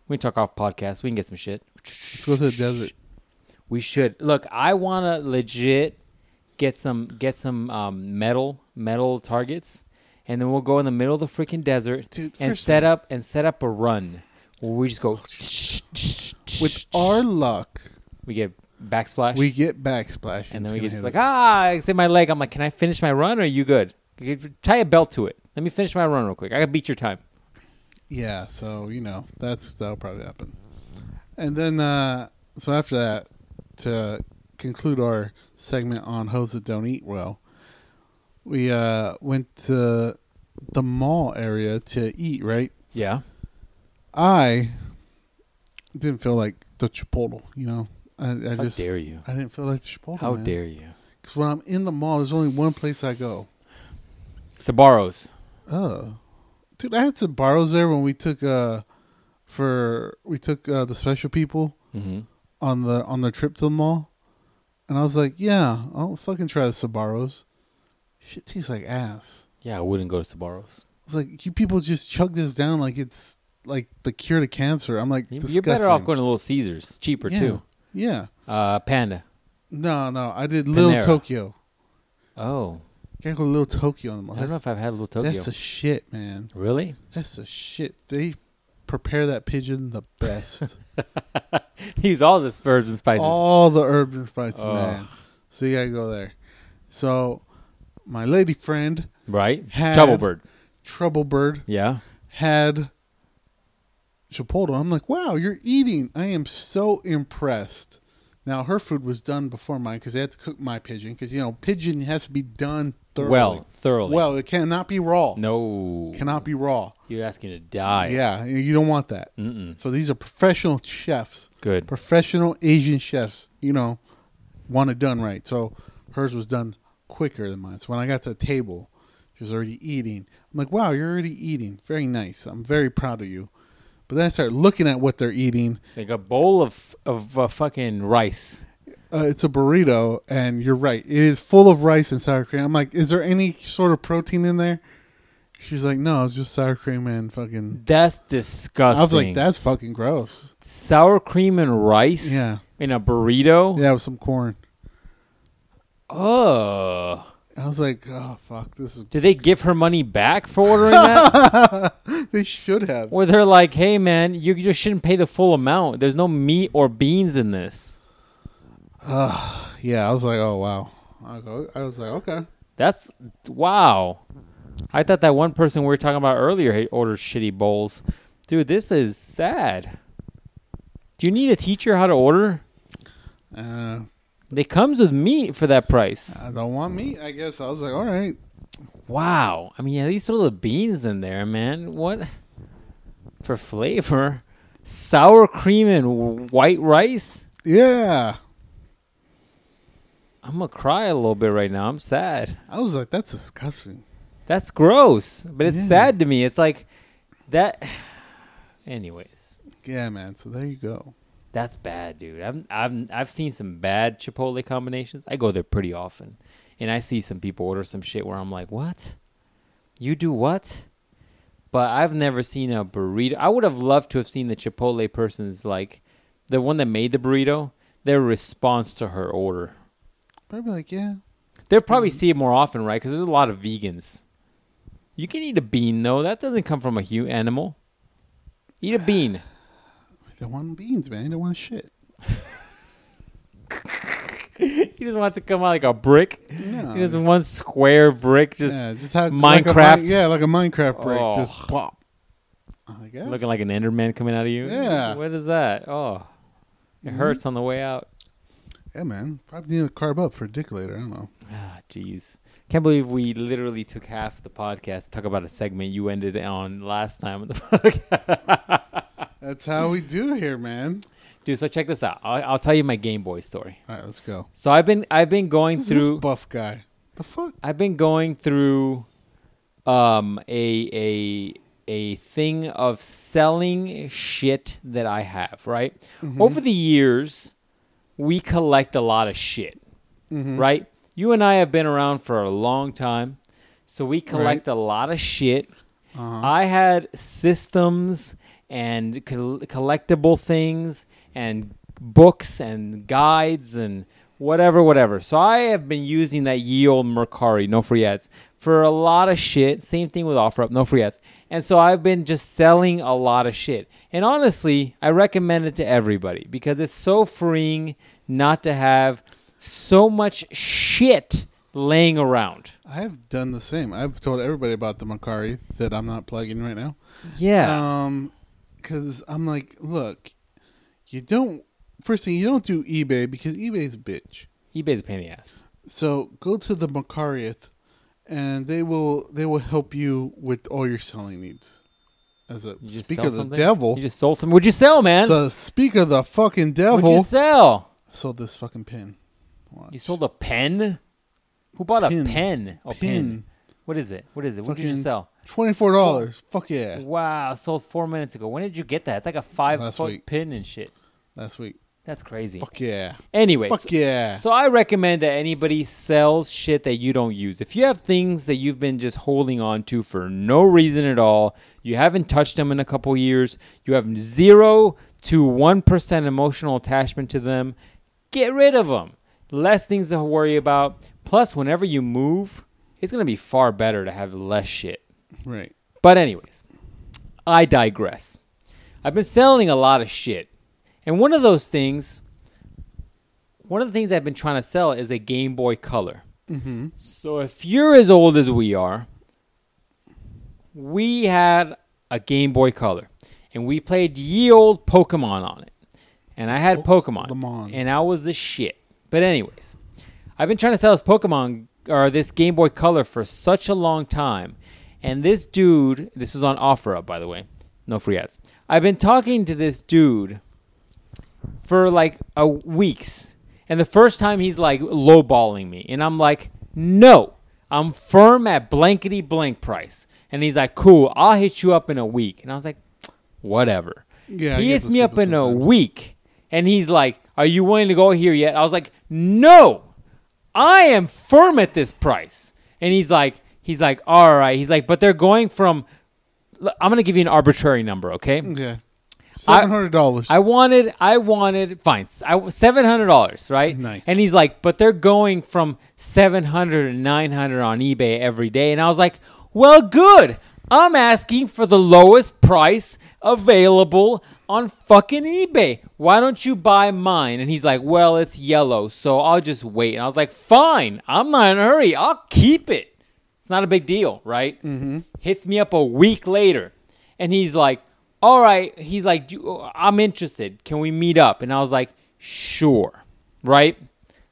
B: We can talk off podcast. We can get some shit.
A: Let's go to the desert.
B: We should look. I wanna legit get some get some um, metal metal targets, and then we'll go in the middle of the freaking desert
A: Dude,
B: and
A: first
B: set up and set up a run where we just go.
A: With our luck,
B: we get backsplash,
A: we get backsplash, it's
B: and then we
A: gonna
B: get just
A: hit
B: like
A: us.
B: ah, I say my leg. I'm like, can I finish my run? Or are you good? Tie a belt to it. Let me finish my run real quick. I gotta beat your time.
A: Yeah, so you know that's that'll probably happen. And then uh so after that, to conclude our segment on hoes that don't eat well, we uh went to the mall area to eat. Right,
B: Yeah.
A: I didn't feel like the Chipotle. You know, I, I
B: How
A: just
B: dare you?
A: I didn't feel like the Chipotle.
B: How dare you?
A: Because when I'm in the mall, there's only one place I go.
B: Sabaros.
A: Oh, dude, I had some borrows there when we took uh for we took uh, the special people
B: Mm-hmm.
A: on the on the trip to the mall, and I was like, yeah, I'll fucking try the Sabaros. Shit tastes like ass.
B: Yeah, I wouldn't go to Sabaros.
A: I was like, you people just chug this down like it's like the cure to cancer. I'm like,
B: You-
A: disgusting.
B: You're better off going to Little Caesars, cheaper
A: yeah.
B: too.
A: Yeah,
B: Uh, Panda.
A: no, no, I did Little
B: Panera.
A: Tokyo.
B: Oh,
A: Can't go to Little Tokyo on the mall.
B: I don't know
A: That's,
B: if I've had Little Tokyo.
A: that's the shit, man.
B: really?
A: That's the shit. They prepare that pigeon the best.
B: Use all this herbs and spices.
A: all the herbs and spices,
B: Ugh.
A: man. So you gotta go there. So my lady friend
B: right?
A: Had-
B: Troublebird.
A: Troublebird
B: Yeah.
A: had Chipotle. I'm like, wow, you're eating. I am so impressed. Now her food was done before mine because they had to cook my pigeon because you know pigeon has to be done thoroughly.
B: Well, thoroughly.
A: well, it cannot be raw.
B: no.
A: cannot be raw.
B: You're asking to die.
A: Yeah, you don't want that.
B: Mm-mm.
A: So these are professional chefs.
B: Good.
A: professional Asian chefs, you know, want it done right. So hers was done quicker than mine. So when I got to the table, She was already eating. I'm like, wow, you're already eating. Very nice. I'm very proud of you. But then I start looking at what they're eating.
B: Like a bowl of of uh, fucking rice.
A: Uh, it's a burrito, and you're right. It is full of rice and sour cream. I'm like, is there any sort of protein in there? She's like, no, it's just sour cream and fucking.
B: That's disgusting.
A: I was like, that's fucking gross.
B: sour cream and rice.
A: Yeah.
B: In a burrito.
A: Yeah, with some corn.
B: Ugh.
A: I was like, oh fuck, this is.
B: Did they give her money back for ordering that?
A: They should have.
B: Or they're like, hey man, you just shouldn't pay the full amount. There's no meat or beans in this.
A: Yeah, I was like, oh wow. I go- I was like, okay.
B: That's wow. I thought that one person we were talking about earlier had ordered shitty bowls. Dude, this is sad. Do you need a teacher how to order?
A: Uh,
B: They comes with meat for that price.
A: I don't want meat. I guess I was like, all right.
B: Wow. I mean, at least throw the beans in there, man. What for flavor? Sour cream and white rice?
A: Yeah.
B: I'm gonna cry a little bit right now. I'm sad.
A: I was like, that's disgusting.
B: That's gross, but it's
A: Yeah.
B: sad to me. It's like that. Anyways,
A: Yeah, man. So there you go.
B: that's bad, dude. I've I've I've seen some bad Chipotle combinations. I go there pretty often, and I see some people order some shit where I'm like, what? You do what? But I've never seen a burrito. I would have loved to have seen the Chipotle person's like, the one that made the burrito, their response to her order.
A: Probably like, yeah.
B: They'll probably see it more often, right? Because there's a lot of vegans. You can eat a bean though. That doesn't come from a hu animal. Eat a bean.
A: They want beans, man. They want shit.
B: he doesn't want it to come out like a brick.
A: No.
B: He doesn't want square brick just
A: Um, yeah, just have Like
B: Minecraft.
A: a, mi- yeah, like a Minecraft break.
B: Oh.
A: Just pop. I guess.
B: looking like an Enderman coming out of you.
A: Yeah. Mm-hmm.
B: What is that? Oh, it hurts on the way out.
A: Yeah, man. Probably need to carb up for dick later. I don't know.
B: Ah, jeez. Can't believe we literally took half the podcast to talk about a segment you ended on last time of the podcast.
A: That's how we do here, man.
B: Dude, so check this out. I'll, I'll tell you my Game Boy story.
A: All right, let's go.
B: So I've been I've been going
A: Who's
B: through
A: this buff guy? The fuck?
B: I've been going through um a a a thing of selling shit that I have, right? Over the years, we collect a lot of shit. Right? You and I have been around for a long time. So we collect a lot of shit. I had systems and col- collectible things and books and guides and whatever, whatever. So I have been using that ye old Mercari, no free ads, for a lot of shit. Same thing with OfferUp, no free ads. And so I've been just selling a lot of shit. And honestly, I recommend it to everybody because it's so freeing not to have so much shit laying around.
A: I've done the same. I've told everybody about the Macari that I'm not plugging right now.
B: Yeah.
A: Um, because I'm like, look, you don't. First thing, you don't do eBay because eBay's a bitch.
B: eBay's a pain in the ass.
A: So go to the Macariath, and they will they will help you with all your selling needs. As a
B: You just
A: speak
B: sell
A: of the
B: something?
A: devil,
B: You just sold some. Would you sell, man?
A: so speak of the fucking
B: Would
A: devil.
B: you sell?
A: sold this fucking pin. Watch.
B: You sold a pen? Who bought a
A: Pin.
B: pen? A
A: Pin.
B: pin. What is it? What is it? What did you
A: Fucking-
B: sell?
A: twenty four dollars. Fuck yeah!
B: Wow, sold four minutes ago. When did you get that? It's like a five
A: Last
B: foot
A: week.
B: pin and shit.
A: Last week.
B: That's crazy.
A: Fuck yeah!
B: Anyways,
A: Fuck yeah!
B: So I recommend that anybody sells shit that you don't use. If you have things that you've been just holding on to for no reason at all, you haven't touched them in a couple years, you have 0 to 1% emotional attachment to them, get rid of them. Less things to worry about. Plus whenever you move, it's going to be far better to have less shit.
A: Right.
B: But anyways, I digress. I've been selling a lot of shit. And one of those things, one of the things I've been trying to sell is a Game Boy Color.
A: Mm-hmm.
B: So if you're as old as we are, we had a Game Boy Color and we played ye old Pokemon on it. And I had
A: Po-
B: Pokemon.
A: Lemon.
B: And I was the shit. But anyways, I've been trying to sell this Pokemon or this Game Boy Color for such a long time. And this dude, this is on OfferUp by the way. No free ads. I've been talking to this dude for like a weeks. And the first time he's like lowballing me, and I'm like, no, I'm firm at blankety blank price. And he's like, cool, I'll hit you up in a week. And I was like, whatever.
A: Yeah, I
B: he
A: get
B: hits
A: those
B: me up
A: people
B: in a
A: sometimes.
B: week. And he's like, are you willing to go here yet? I was like, no, I am firm at this price. And he's like, he's like, all right. He's like, but they're going from, I'm going to give you an arbitrary number, okay?
A: Yeah. Seven hundred dollars.
B: I wanted, I wanted, fine, seven hundred dollars, right?
A: Nice.
B: And he's like, but they're going from 700 and 900 on eBay every day, and I was like, well, good. I'm asking for the lowest price available on fucking eBay. Why don't you buy mine? And he's like, well, it's yellow, so I'll just wait. And I was like, fine, I'm not in a hurry. I'll keep it. It's not a big deal, right? Mm-hmm. Hits me up a week later, and he's like, "All right." He's like, "Do- "I'm interested. Can we meet up?" And I was like, "Sure." Right?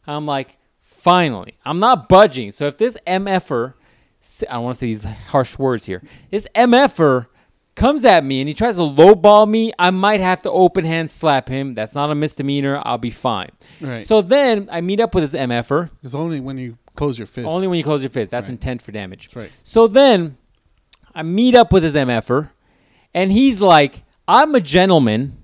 B: I'm like, "Finally, I'm not budging." So if this mf'er, s- I don't want to say these harsh words here, this mf'er comes at me and he tries to lowball me, I might have to open hand slap him. That's not a misdemeanor. I'll be fine.
A: Right.
B: So then I meet up with this mf'er.
A: It's only when you close your fist.
B: Only when you close your fist. That's intent for damage.
A: That's right.
B: So then I meet up with his MFer, and he's like, I'm a gentleman,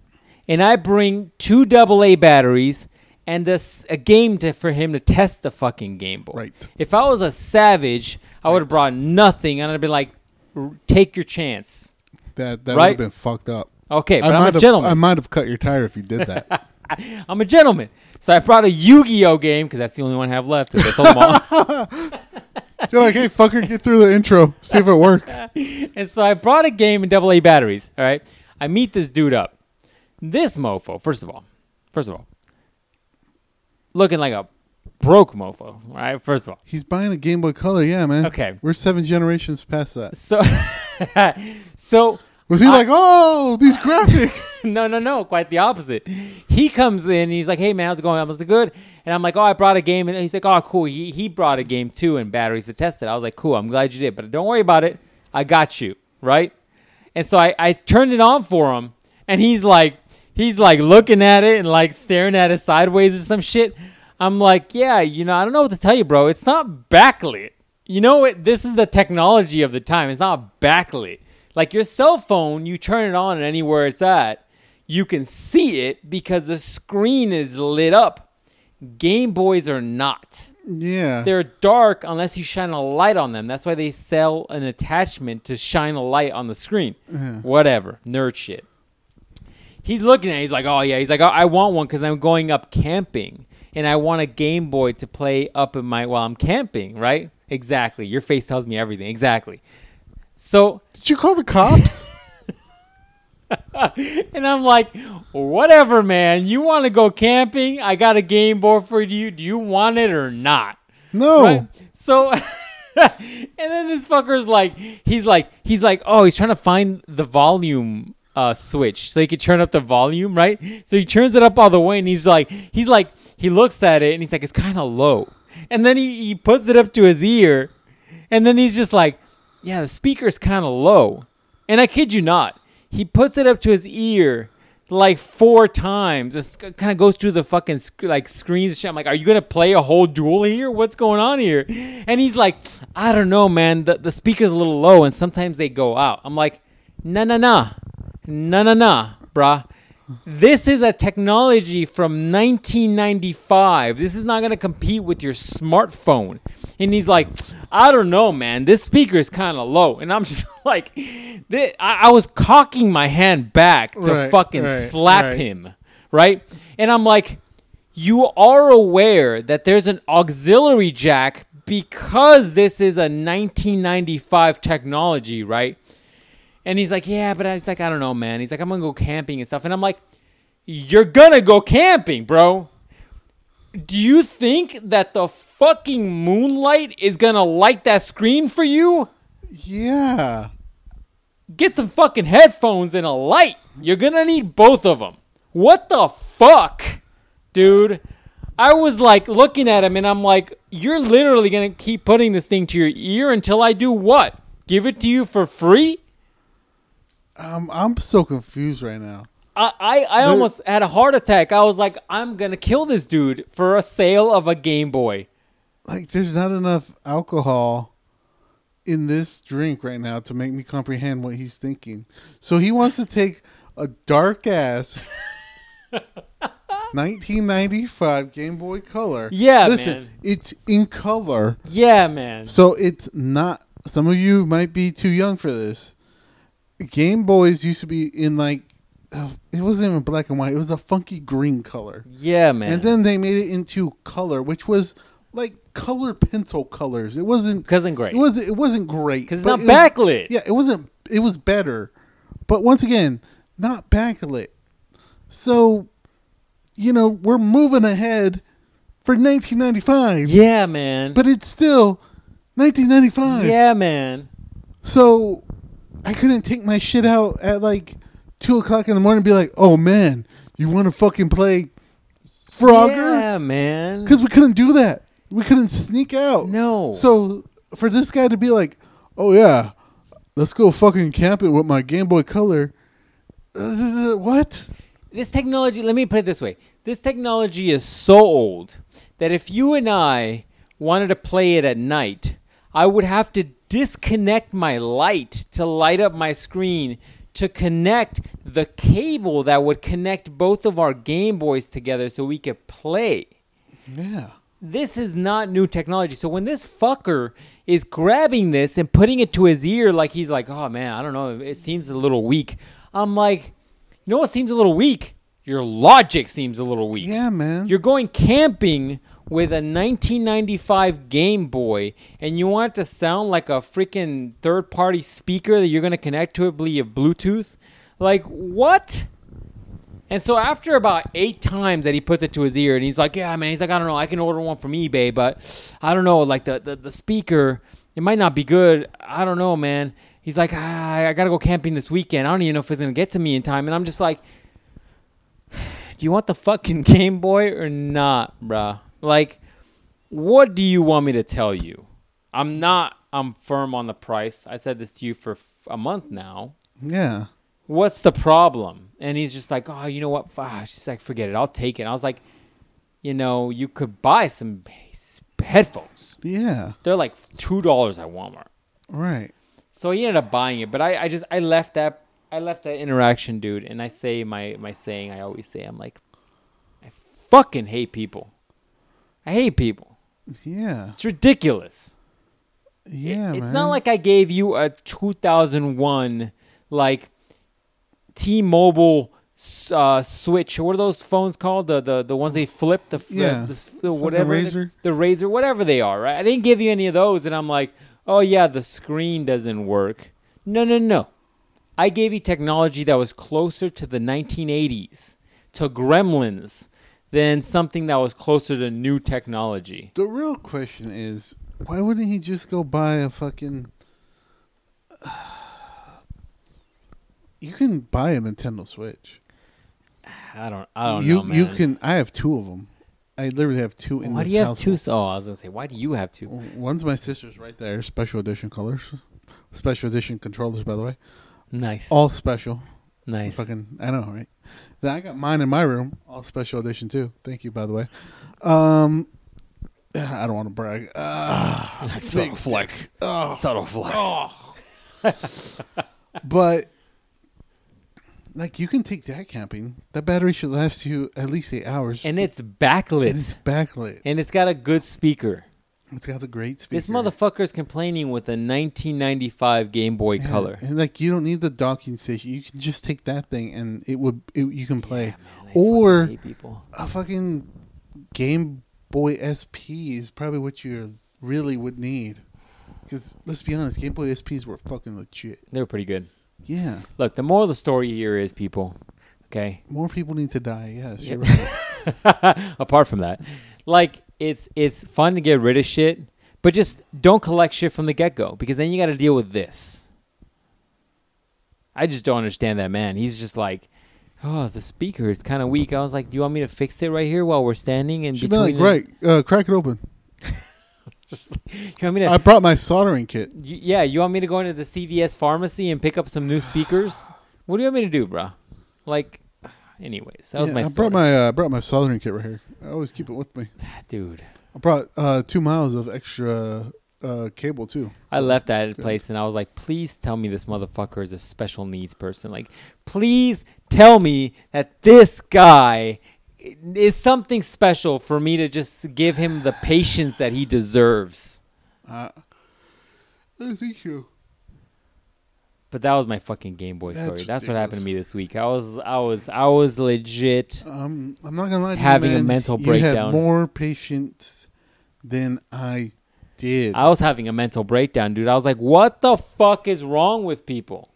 B: and I bring two AA batteries and this, a game to, for him to test the fucking Game Boy.
A: Right.
B: If I was a savage, I would have brought nothing, and I'd be like, "R- take your chance.
A: that that
B: Right?
A: would have been fucked up.
B: Okay,
A: I
B: but I'm
A: might
B: a
A: have
B: gentleman.
A: I might have cut your tire if you did that.
B: I'm a gentleman. So I brought a Yu-Gi-Oh game because that's the only one I have left. 'cause I sold them all.
A: You're like, hey fucker, get through the intro, see if it works.
B: and so I brought a game in double A batteries. All right. I meet this dude up. This mofo, first of all, first of all, looking like a broke mofo. All right. First of all.
A: He's buying a Game Boy Color, yeah, man.
B: Okay.
A: We're seven generations past that.
B: So, so
A: Was he
B: I-
A: like, oh, these graphics?
B: no, no, no, quite the opposite. He comes in and he's like, "Hey man, how's it going?" I'm like, "Good." And I'm like, "Oh, I brought a game." And he's like, "Oh, cool." He he brought a game too and batteries to test it. I was like, "Cool, I'm glad you did." But don't worry about it. I got you right. And so I I turned it on for him, and he's like, he's like looking at it and like staring at it sideways or some shit. I'm like, yeah, you know, I don't know what to tell you, bro. It's not backlit. You know what? This is the technology of the time. It's not backlit. Like your cell phone, you turn it on and anywhere it's at, you can see it because the screen is lit up. Game Boys are not.
A: yeah.
B: They're dark unless you shine a light on them. That's why they sell an attachment to shine a light on the screen. Whatever. Nerd shit. He's looking at it. He's like, oh, yeah. He's like, oh, I want one because I'm going up camping and I want a Game Boy to play up in my while I'm camping, right? Exactly. Your face tells me everything. Exactly. So
A: Did you call the cops?
B: and I'm like, whatever, man. You want to go camping? I got a game board for you. Do you want it or not?
A: No.
B: Right? So, and then this fucker's like, he's like, he's like, oh, he's trying to find the volume uh, switch so he could turn up the volume, right? So he turns it up all the way, and he's like, he's like, he looks at it, and he's like, it's kind of low, and then he, he puts it up to his ear, and then he's just like, yeah, the speaker's kind of low, and I kid you not, he puts it up to his ear. Like four times, it kind of goes through the fucking sc- like screens. And shit. I'm like, are you gonna play a whole duel here? What's going on here? And he's like, I don't know, man. The the speaker's a little low, and sometimes they go out. I'm like, no, no, no, no, no, no, bruh. This is a technology from 1995. This is not going to compete with your smartphone. And he's like, I don't know, man. This speaker is kind of low. And I'm just like, thi- I, I was cocking my hand back to
A: Right,
B: fucking
A: right,
B: slap
A: right.
B: him, right? And I'm like, you are aware that there's an auxiliary jack because this is a 1995 technology, right? And he's like, yeah, but I was like, I don't know, man. He's like, I'm gonna go camping and stuff. And I'm like, you're gonna go camping, bro. Do you think that the fucking moonlight is gonna light that screen for you?
A: yeah.
B: Get some fucking headphones and a light. You're gonna need both of them. What the fuck, dude? I was like looking at him and I'm like, you're literally gonna keep putting this thing to your ear until I do what? Give it to you for free?
A: I'm I'm so confused right now.
B: I, I, I almost had a heart attack. I was like, I'm gonna kill this dude for a sale of a Game Boy.
A: like there's not enough alcohol in this drink right now to make me comprehend what he's thinking. So he wants to take a dark ass 1995 Game Boy Color.
B: Yeah,
A: listen,
B: man.
A: it's in color,
B: Yeah, man.
A: so it's not. Some of you might be too young for this. Game Boys used to be in like uh, it wasn't even black and white. It was a funky green color.
B: yeah, man.
A: And then they made it into color, which was like color pencil colors. It wasn't
B: cousin great.
A: it was it wasn't great
B: 'Cause it's
A: but
B: not
A: it was-
B: backlit.
A: yeah, it wasn't. It was better, but once again, not backlit. So, you know, we're moving ahead for 1995,
B: yeah, man.
A: but uh, it's still 1995.
B: yeah, man.
A: So, I couldn't take my shit out at like two o'clock in the morning and be like, "Oh man, you want to fucking play Frogger?"
B: Yeah, man.
A: because we couldn't do that. We couldn't sneak out.
B: No.
A: So for this guy to be like, "Oh yeah, let's go fucking camping with my Game Boy Color," uh, what?
B: this technology let me put it this way this technology is so old that if you and i wanted to play it at night i would have to disconnect my light to light up my screen to connect the cable that would connect both of our game boys together so we could play
A: Yeah.
B: this is not new technology. So when this fucker is grabbing this and putting it to his ear, like he's like, oh man, I don't know, it seems a little weak. I'm like, you know what seems a little weak? Your logic seems a little weak.
A: Yeah, man.
B: You're going camping with a 1995 Game Boy, and you want it to sound like a freaking third party speaker that you're going to connect to it via Bluetooth? Like, what? And so after about eight times that he puts it to his ear, and he's like, "Yeah, man," he's like, "I don't know, I can order one from eBay, but I don't know, like the the, the speaker, it might not be good. I don't know, man." He's like, ah, "I gotta go camping this weekend. I don't even know if it's gonna get to me in time." And I'm just like, "Do you want the fucking Game Boy or not, bruh? Like, what do you want me to tell you? I'm not. I'm firm on the price. I said this to you for f- a month now."
A: yeah.
B: what's the problem? And he's just like, oh, you know what? Ah, she's like, forget it. I'll take it. I was like, you know, you could buy some s- headphones.
A: Yeah.
B: They're like two dollars at Walmart.
A: Right.
B: So he ended up buying it. But I, I just, I left that, I left that interaction, dude. And I say my, my saying I always say, I'm like, I fucking hate people. I hate people.
A: Yeah.
B: It's ridiculous.
A: Yeah,
B: it's
A: man.
B: not like I gave you a 2001 like T-Mobile uh, Switch. What are those phones called? The the, the ones they flip the flip,
A: Yeah.
B: the, s- the whatever the-
A: Razr.
B: the, razor whatever they are. Right? I didn't give you any of those, and I'm like, oh yeah, the screen doesn't work. No, no, no. I gave you technology that was closer to the 1980s, to Gremlins, than something that was closer to new technology.
A: the real question is, why wouldn't he just go buy a fucking? You can buy a Nintendo Switch.
B: I don't. I don't
A: you
B: know, man.
A: you can. I have two of them. I literally have two in
B: Why
A: this
B: do you have
A: household.
B: two? s- Oh, I was gonna say, why do you have two?
A: One's my sister's right there. Special edition colors. Special edition controllers, by the way.
B: Nice,
A: All special.
B: nice.
A: Fucking, I know, right? Then I got mine in my room. All special edition, too. Thank you, by the way. Um, I don't want to brag. Ah,
B: subtle
A: big
B: flex,
A: dick. Oh,
B: subtle flex.
A: oh. but, like, you can take that camping. That battery should last you at least eight hours.
B: And it's
A: And it's
B: backlit,
A: backlit.
B: and it's got a good speaker.
A: It's got the great speaker.
B: This motherfucker's complaining with a 1995 Game Boy
A: Yeah,
B: Color.
A: And like you don't need the docking station. You can just take that thing and it would it, you can play.
B: Man, I
A: or-
B: fucking hate people.
A: A fucking Game Boy SP is probably what you really would need. Cuz let's be honest, Game Boy SPs were fucking legit.
B: They're pretty good.
A: Yeah.
B: Look, the moral of the story here is people. Okay,
A: More people need to die. Yes, you're
B: Yep.
A: right.
B: apart from that like it's it's fun to get rid of shit but just don't collect shit from the get-go because then you got to deal with this i just don't understand that man he's just like oh the speaker is kind of weak i was like do you want me to fix it right here while we're standing and
A: She'd be like, "Right, uh, crack it open.
B: you want me to
A: I brought my soldering kit."
B: y- yeah you want me to go into the cvs pharmacy and pick up some new speakers what do you want me to do bruh like anyways that was
A: Yeah,
B: my
A: I
B: story.
A: brought my uh, I brought my soldering kit right here. I always keep it with me.
B: dude
A: I brought uh, two miles of extra uh, cable too.
B: I
A: So-
B: left that
A: good.
B: place and I was like, please tell me this motherfucker is a special needs person. Like, please tell me that this guy is something special for me to just give him the patience that he deserves.
A: Uh, thank you.
B: But that was my fucking Game Boy story.
A: That's
B: That's what happened to me this week. I was, I was, I was legit.
A: Um, I'm not gonna lie. to you,
B: Having a
A: man,
B: mental
A: You had
B: breakdown.
A: more patience than I did.
B: I was having a mental breakdown, dude. I was like, what the fuck is wrong with people?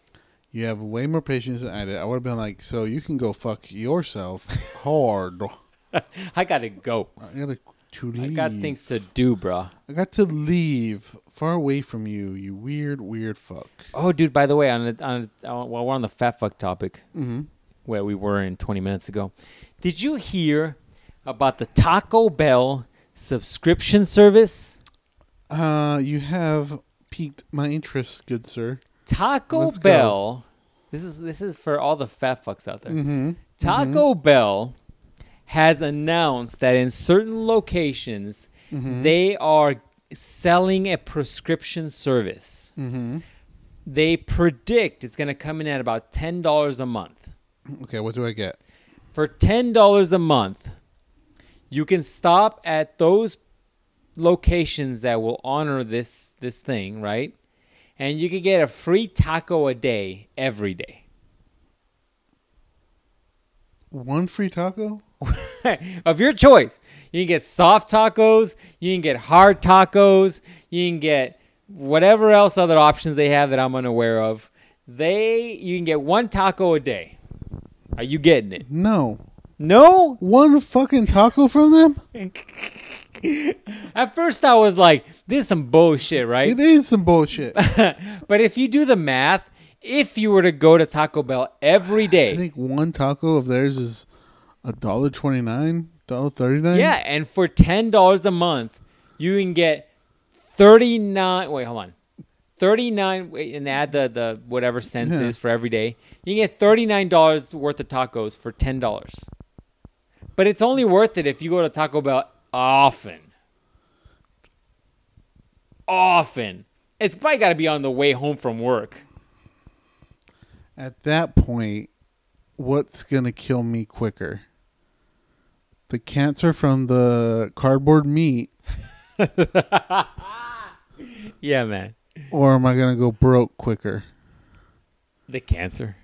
A: you have way more patience than I did. I would have been like, so you can go fuck yourself hard.
B: I gotta go.
A: I gotta to
B: I
A: leave.
B: got things to do, bruh.
A: I got to leave far away from you. You weird, weird fuck.
B: Oh, dude. By the way, on a, on a, uh, well, we're on the fat fuck topic
A: Mm-hmm.
B: where we were in 20 minutes ago. Did you hear about the Taco Bell subscription service?
A: Uh, you have piqued my interest, good sir.
B: Taco
A: Let's go.
B: Bell. This is this is for all the fat fucks out there.
A: Mm-hmm.
B: Taco Bell has announced that in certain locations
A: Mm-hmm.
B: they are selling a prescription service.
A: Mm-hmm.
B: They predict it's going to come in at about $10 a month.
A: Okay, what do I get?
B: For $10 a month, you can stop at those locations that will honor this this thing, right? And you can get a free taco a day every day.
A: One free taco?
B: of your choice. You can get soft tacos, you can get hard tacos, you can get whatever else other options they have that I'm unaware of. They you can get one taco a day. Are you getting it?
A: No.
B: No?
A: One fucking taco from them?
B: At first I was like, this is some bullshit, right?
A: It is some bullshit. I
B: but if you do the math, if you were to go to Taco Bell every day,
A: think one taco of theirs is a dollar twenty nine, dollar thirty nine.
B: Yeah, and for ten dollars a month, you can get thirty nine. Wait, hold on, thirty nine. Wait, and add the the whatever cents
A: Yeah.
B: is for every day. You can get thirty nine dollars worth of tacos for ten dollars. But it's only worth it if you go to Taco Bell often. Often, it's probably got to be on the way home from work.
A: At that point, what's gonna kill me quicker? The cancer from the cardboard meat,
B: Yeah, man.
A: or am I gonna go broke quicker?
B: The cancer.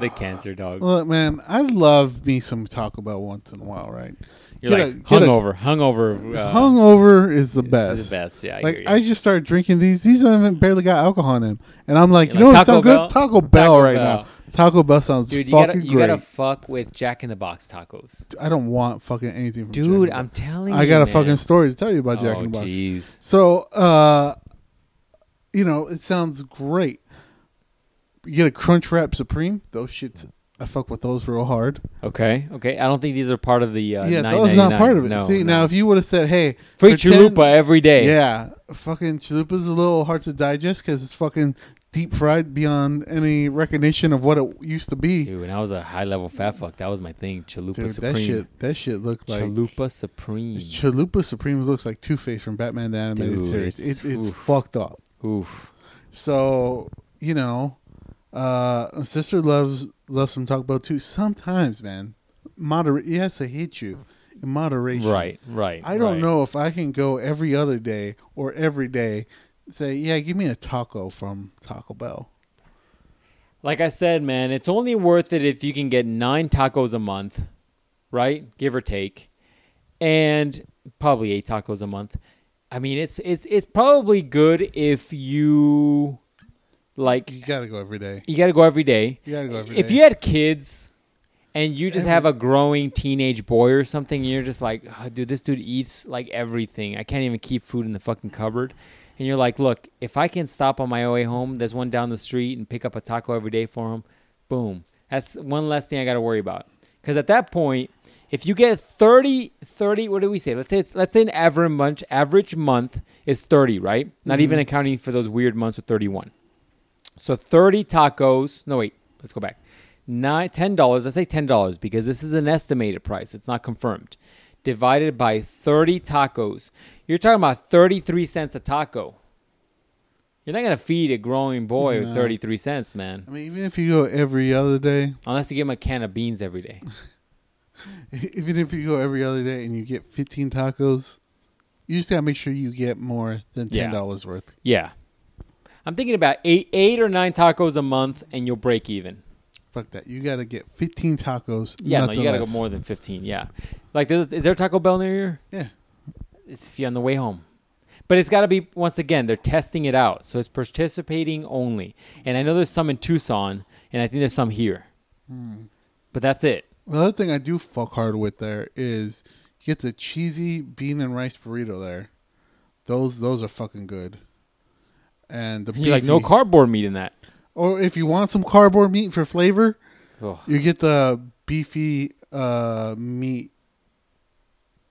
B: The cancer dog.
A: Look, man, I love me some Taco Bell once in a while, right?
B: You're
A: Get
B: like
A: a- get a-
B: hungover, hungover, uh,
A: Hungover is the
B: It's
A: best.
B: The best, yeah. I
A: like
B: hear
A: I
B: you.
A: just started drinking these. These haven't barely got alcohol in them, and I'm like, you
B: You're like,
A: know what
B: Taco
A: sounds
B: Bell?
A: good? Taco Bell
B: Taco
A: right
B: Bell.
A: now. Taco Bell sounds
B: dude, you
A: fucking
B: gotta you
A: great.
B: gotta fuck with Jack in the Box tacos,
A: I don't want fucking anything from
B: dude.
A: Jack in
B: I'm telling
A: the
B: you,
A: Box. I got a
B: man.
A: fucking story to tell you about Jack
B: oh,
A: in the Box.
B: Jeez,
A: So, uh, you know, it sounds great. You get a Crunch Wrap Supreme. Those shits, I fuck with those real hard.
B: okay, okay. I don't think these are part of the uh,
A: yeah, that was
B: $9.99.
A: not part of it.
B: No,
A: See,
B: no.
A: now if you would have said, "Hey,
B: free
A: pretend-
B: chalupa eh?" every day.
A: Yeah, fucking chalupa's a little hard to digest because it's fucking deep fried beyond any recognition of what it used to be. Dude,
B: dude. When I was a high level fat fuck, that was my thing. Chalupa supreme.
A: that shit, that shit looked like
B: chalupa supreme.
A: Chalupa Supreme looks like Two Face from Batman the Animated
B: Mm. Dude,
A: Series.
B: it's-
A: It, it's
B: oof.
A: fucked up.
B: Oof.
A: So you know, uh, my sister loves loves some Taco Bell too. Sometimes, man, moderate. It has to hit you in moderation.
B: Right, right.
A: I don't
B: right.
A: know if I can go every other day or every day say, yeah, give me a taco from Taco Bell.
B: Like I said, man, it's only worth it if you can get nine tacos a month, right? Give or take, and probably eight tacos a month. I mean, it's it's it's probably good if you like
A: You gotta go every day.
B: you got to go every day.
A: You gotta go every
B: If
A: day.
B: you had kids and you just
A: Every-
B: have a growing teenage boy or something, and you're just like, "Ah, dude, this dude eats like everything. I can't even keep food in the fucking cupboard. And you're like, look, if I can stop on my way home, there's one down the street and pick up a taco every day for him. Boom. That's one less thing I got to worry about. Because at that point, if you get 30, 30, what do we say? Let's say it's, let's say an average month, average month is 30, right?
A: Mm-hmm.
B: Not even accounting for those weird months with 31. So 30 tacos. No, wait, let's go back. Nine, $10. Let's say $10 because this is an estimated price. It's not confirmed. divided by 30 tacos. You're talking about 33 cents a taco. You're not going to feed a growing boy with
A: No.
B: 33 cents, man.
A: I mean, even if you go every other day,
B: Unless you give him a can of beans every day.
A: even if you go every other day and you get 15 tacos, you just gotta make sure you get more than
B: Yeah.
A: ten dollars worth.
B: Yeah. I'm thinking about eight, eight or nine tacos a month and you'll break even.
A: Fuck that. You gotta get 15 tacos.
B: Yeah, no,
A: nothing
B: you got to go
A: less.
B: more than 15. Yeah. Like, there's- is there a Taco Bell near here?
A: Yeah,
B: It's if you're on the way home. But it's got to be once again they're testing it out, so it's participating only. And I know there's some in Tucson, and I think there's some here.
A: Hmm.
B: But that's it.
A: Another thing I do fuck hard with there is you get the cheesy bean and rice burrito there. Those those are fucking good. And the
B: You're like no
A: beefy-
B: cardboard meat in that.
A: Or if you want some cardboard meat for flavor,
B: Ugh.
A: you get the beefy uh meat,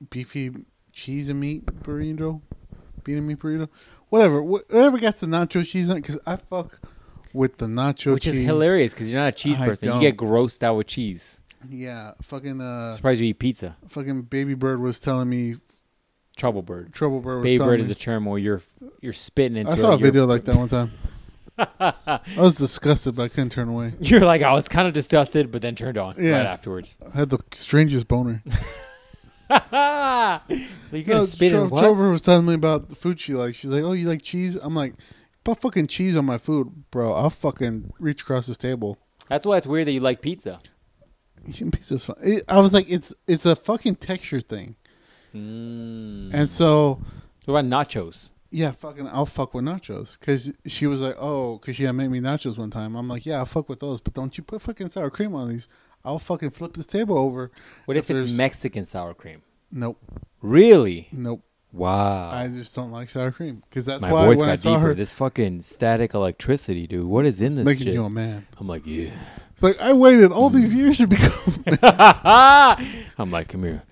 A: beefy cheese and meat burrito, bean and meat burrito, whatever. Wh- Whatever gets the nacho cheese on it, because I fuck with the nacho
B: Which
A: cheese.
B: is hilarious because you're not a cheese
A: I
B: person. You
A: don't.
B: get grossed out with cheese.
A: Yeah, fucking uh,
B: Surprised you eat pizza.
A: fucking baby bird was telling me
B: Trouble bird.
A: Trouble Bird was
B: Bay
A: telling
B: bird
A: me.
B: is a term where you're you're spitting into.
A: I saw a
B: it. You're-
A: video like that one time. I was disgusted, but I couldn't turn away.
B: You're like I was kind of disgusted, but then turned on
A: Yeah.
B: right afterwards.
A: I had the strangest boner.
B: so you could
A: No,
B: have spit
A: Tro-
B: in what?
A: Trover was telling me about the food she likes. She's like, "Oh, you like cheese?" I'm like, "Put fucking cheese on my food, bro. I'll fucking reach across this table."
B: That's why it's weird that you like pizza.
A: Eating pizza's fun. It, I was like, "It's it's a fucking texture thing,"
B: Mm.
A: and so
B: What about nachos?
A: yeah, fucking, I'll fuck with nachos because she was like, "Oh, because she had made me nachos one time." I'm like, "Yeah, I'll fuck with those, but don't you put fucking sour cream on these? I'll fucking flip this table over."
B: What if, it's
A: there's-
B: Mexican sour cream?
A: Nope,
B: Really?
A: nope.
B: Wow.
A: I just don't like sour cream because that's
B: My
A: why
B: voice
A: when I
B: got
A: saw
B: deeper.
A: her,
B: This fucking static electricity, dude. What is in this
A: making
B: shit?
A: you a man.
B: I'm like, yeah.
A: It's like I waited all these years to become.
B: I'm like, come here.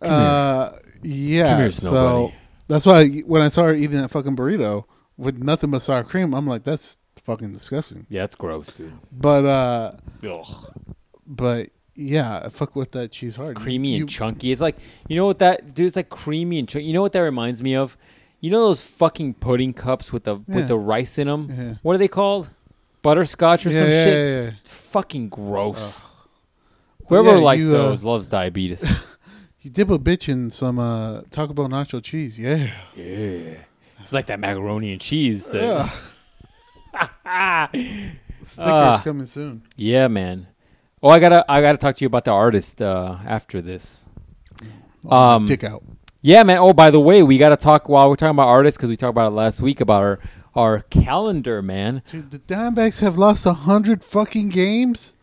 A: uh, yeah.
B: Come here,
A: so
B: Snowbunny.
A: that's why when I saw her eating that fucking burrito with nothing but sour cream, I'm like, that's fucking disgusting.
B: Yeah, it's gross, dude.
A: But uh,
B: Ugh.
A: but yeah, I fuck with that cheese hard.
B: Creamy
A: You-
B: and chunky. It's like, you know what that, dude? It's like creamy and chunky. You know what that reminds me of? You know those fucking pudding cups with the
A: Yeah.
B: with the rice in them?
A: Yeah.
B: What are they called? Butterscotch or
A: yeah,
B: some
A: yeah,
B: shit?
A: yeah, yeah.
B: Fucking gross. Whoever
A: Yeah,
B: likes
A: you, uh,
B: those loves diabetes.
A: You dip a bitch in some uh, Taco Bell nacho cheese. Yeah.
B: Yeah. It's like that macaroni and cheese.
A: Yeah.
B: that-
A: Stickers
B: Ah.
A: coming soon.
B: yeah, man. Oh, I gotta I gotta talk to you about the artist uh, after this. Um,
A: Dick out.
B: Yeah, man. Oh, by the way, we gotta talk while we're talking about artists because we talked about it last week about our our calendar, man.
A: Dude, the Diamondbacks have lost a hundred fucking games.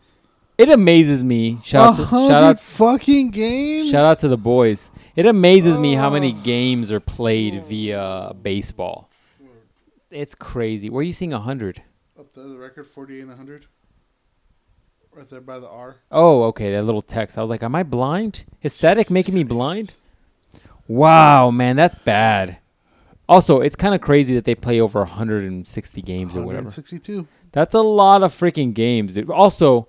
B: It amazes me.
A: A
B: Shout out, to, shout
A: hundred
B: out,
A: fucking games.
B: shout out to the boys. It amazes me how
A: Oh.
B: many games are played via baseball. It's crazy. Where are you seeing a hundred?
A: Up to the record, forty-eight and hundred. Right there by the R.
B: Oh, okay, that little text. I was like, am I blind? Is static making me blind? Wow, man, that's bad. Also, it's kind of crazy that they play over 160 games or whatever.
A: 162.
B: That's a lot of freaking games. dude. Also,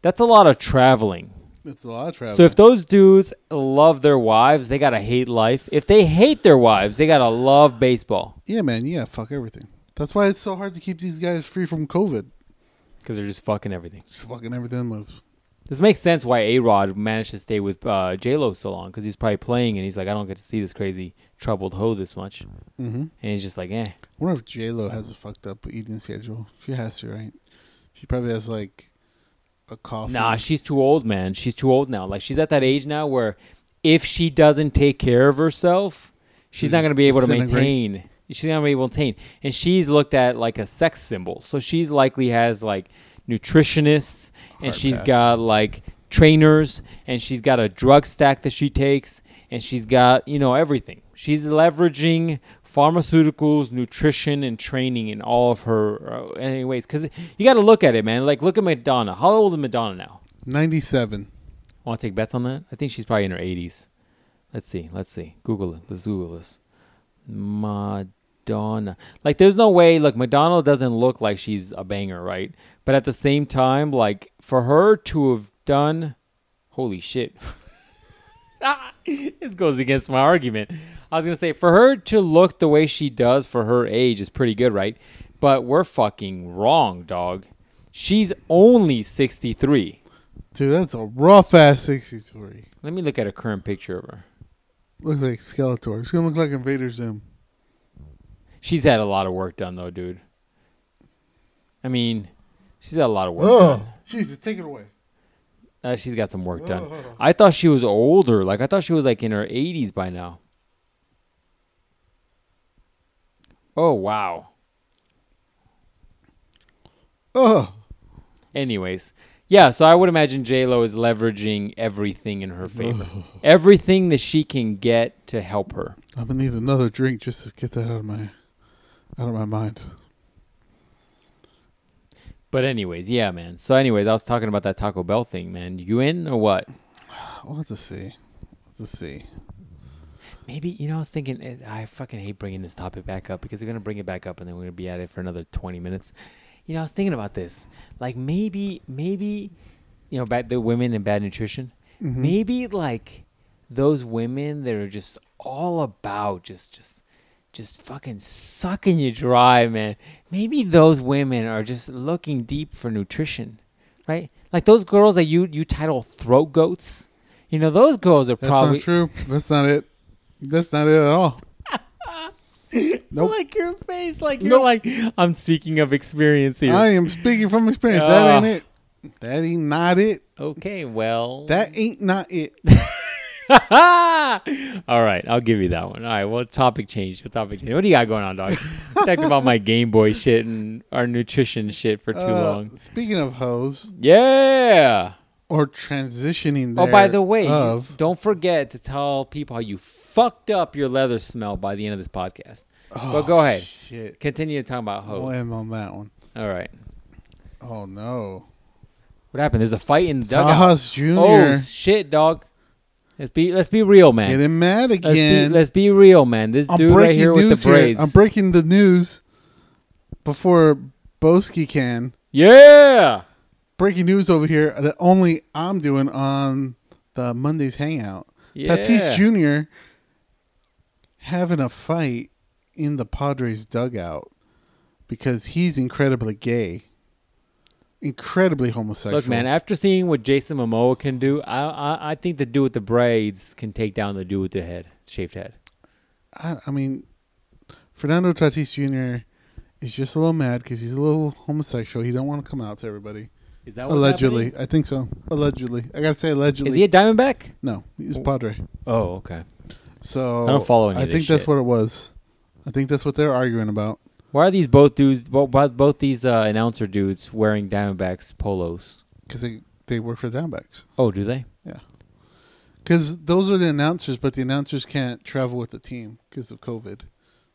B: that's a lot of traveling.
A: That's a lot of travel.
B: So if those dudes love their wives, they got to hate life. If they hate their wives, they got to love baseball
A: yeah, man. Yeah, fuck everything. That's why it's so hard to keep these guys free from COVID.
B: because they're just fucking everything.
A: Just fucking everything moves.
B: This makes sense why A Rod managed to stay with uh, J Lo so long because he's probably playing and he's like, I don't get to see this crazy troubled hoe this much.
A: Mm-hmm.
B: And he's just like, eh.
A: wonder if J Lo has a fucked up eating schedule. She has to, right? She probably has like a coffee.
B: Nah, she's too old, man. She's too old now. Like, she's at that age now where if she doesn't take care of herself, she's
A: She's
B: not going to be able to
A: disintegrate.
B: maintain. She's not going to be able to maintain. And she's looked at like a sex symbol. So she's likely has like nutritionists and
A: Hard
B: she's
A: pass.
B: got like trainers and she's got a drug stack that she takes and she's got, you know, everything. She's leveraging pharmaceuticals, nutrition, and training in all of her, uh, anyways. Because you got to look at it, man. Like, look at Madonna. How old is Madonna now?
A: ninety-seven.
B: Want to take bets on that? I think she's probably in her 80s. Let's see. Let's see. Google it. Let's Google this. Madonna. Like, there's no way. Look, Madonna doesn't look like she's a banger, right? But at the same time, like, for her to have done. Holy shit. this goes against my argument. I was gonna say for her to look the way she does for her age is pretty good, right? But we're fucking wrong, dog. She's only sixty three.
A: Dude, that's a rough ass 63.
B: Let me look at a current picture of her.
A: Looks like Skeletor. It's going to look like Invader Zim.
B: She's had a lot of work done though, dude. I mean, she's had a lot of work. done.
A: Oh, Jesus, take it away.
B: Uh, she's got some work done.
A: Ugh.
B: I thought she was older. Like I thought she was like in her 80s by now. Oh wow.
A: Oh,
B: Anyways, yeah. So I would imagine J Lo is leveraging everything in her favor, everything that she can get to help her.
A: I'm going to need another drink just to get that out of my out of my mind.
B: But anyways, yeah, man. So anyways, I was talking about that Taco Bell thing, man. You in or what?
A: We'll have to see. Let's see.
B: Maybe you know. I was thinking. eh, I fucking hate bringing this topic back up because we're gonna bring it back up and then we're gonna be at it for another twenty minutes. You know, I was thinking about this. Like maybe, maybe, you know, about the women and bad nutrition.
A: Mm-hmm.
B: Maybe like those women that are just all about just, just, just fucking sucking you dry, man. Maybe those women are just looking deep for nutrition, right? Like those girls that you you title throat goats. You know, those girls are
A: That's
B: probably
A: not true. That's not it. That's not it at all. Nope.
B: Like your face, like you're
A: Nope.
B: like I'm speaking of experience here.
A: I am speaking from experience. that
B: Ah.
A: ain't it. That ain't not it.
B: okay, well,
A: That ain't not it.
B: All right, I'll give you that one. All right, well, topic change. What topic change? What do you got going on, dog? Talked about my Game Boy shit and our nutrition shit for too
A: Uh,
B: long.
A: Speaking of hoes
B: Yeah.
A: or transitioning.
B: Oh, by the
A: there
B: way, you-
A: of
B: don't forget to tell people how you fucked up your leather smell by the end of this podcast. but go ahead,
A: oh, Shit.
B: continue to talk about hoes.
A: We'll end on that one.
B: All right,
A: Oh no.
B: what happened? There's a fight in the dugout.
A: Tahas
B: Oh
A: Jr.
B: shit, dog. Let's be let's be real, man.
A: getting mad
B: Let's be,
A: again.
B: let's be real, man. This dude right here with the
A: news
B: braids.
A: I'm breaking the news before Boski can.
B: yeah.
A: Breaking news over here that only I'm doing on the Monday's hangout.
B: yeah.
A: Tatis Jr. having a fight in the Padres dugout because he's incredibly gay, incredibly homosexual.
B: Look, man. After seeing what Jason Momoa can do, I, I I think the dude with the braids can take down the dude with the head, shaved head.
A: I, I mean, Fernando Tatis Jr. is just a little mad because he's a little homosexual. He don't want to come out to everybody.
B: Is that what's
A: Allegedly,
B: happening?
A: I think so. Allegedly, I gotta say allegedly.
B: Is he a Diamondback?
A: no, he's Padre.
B: Oh, okay.
A: So
B: I don't follow any
A: I
B: of this
A: think that's
B: shit.
A: what it was. I think that's what they're arguing about.
B: Why are these both dudes? Both, both these uh, announcer dudes wearing Diamondbacks polos?
A: because they they work for Diamondbacks.
B: Oh, do they?
A: Because those are the announcers, but the announcers can't travel with the team because of COVID.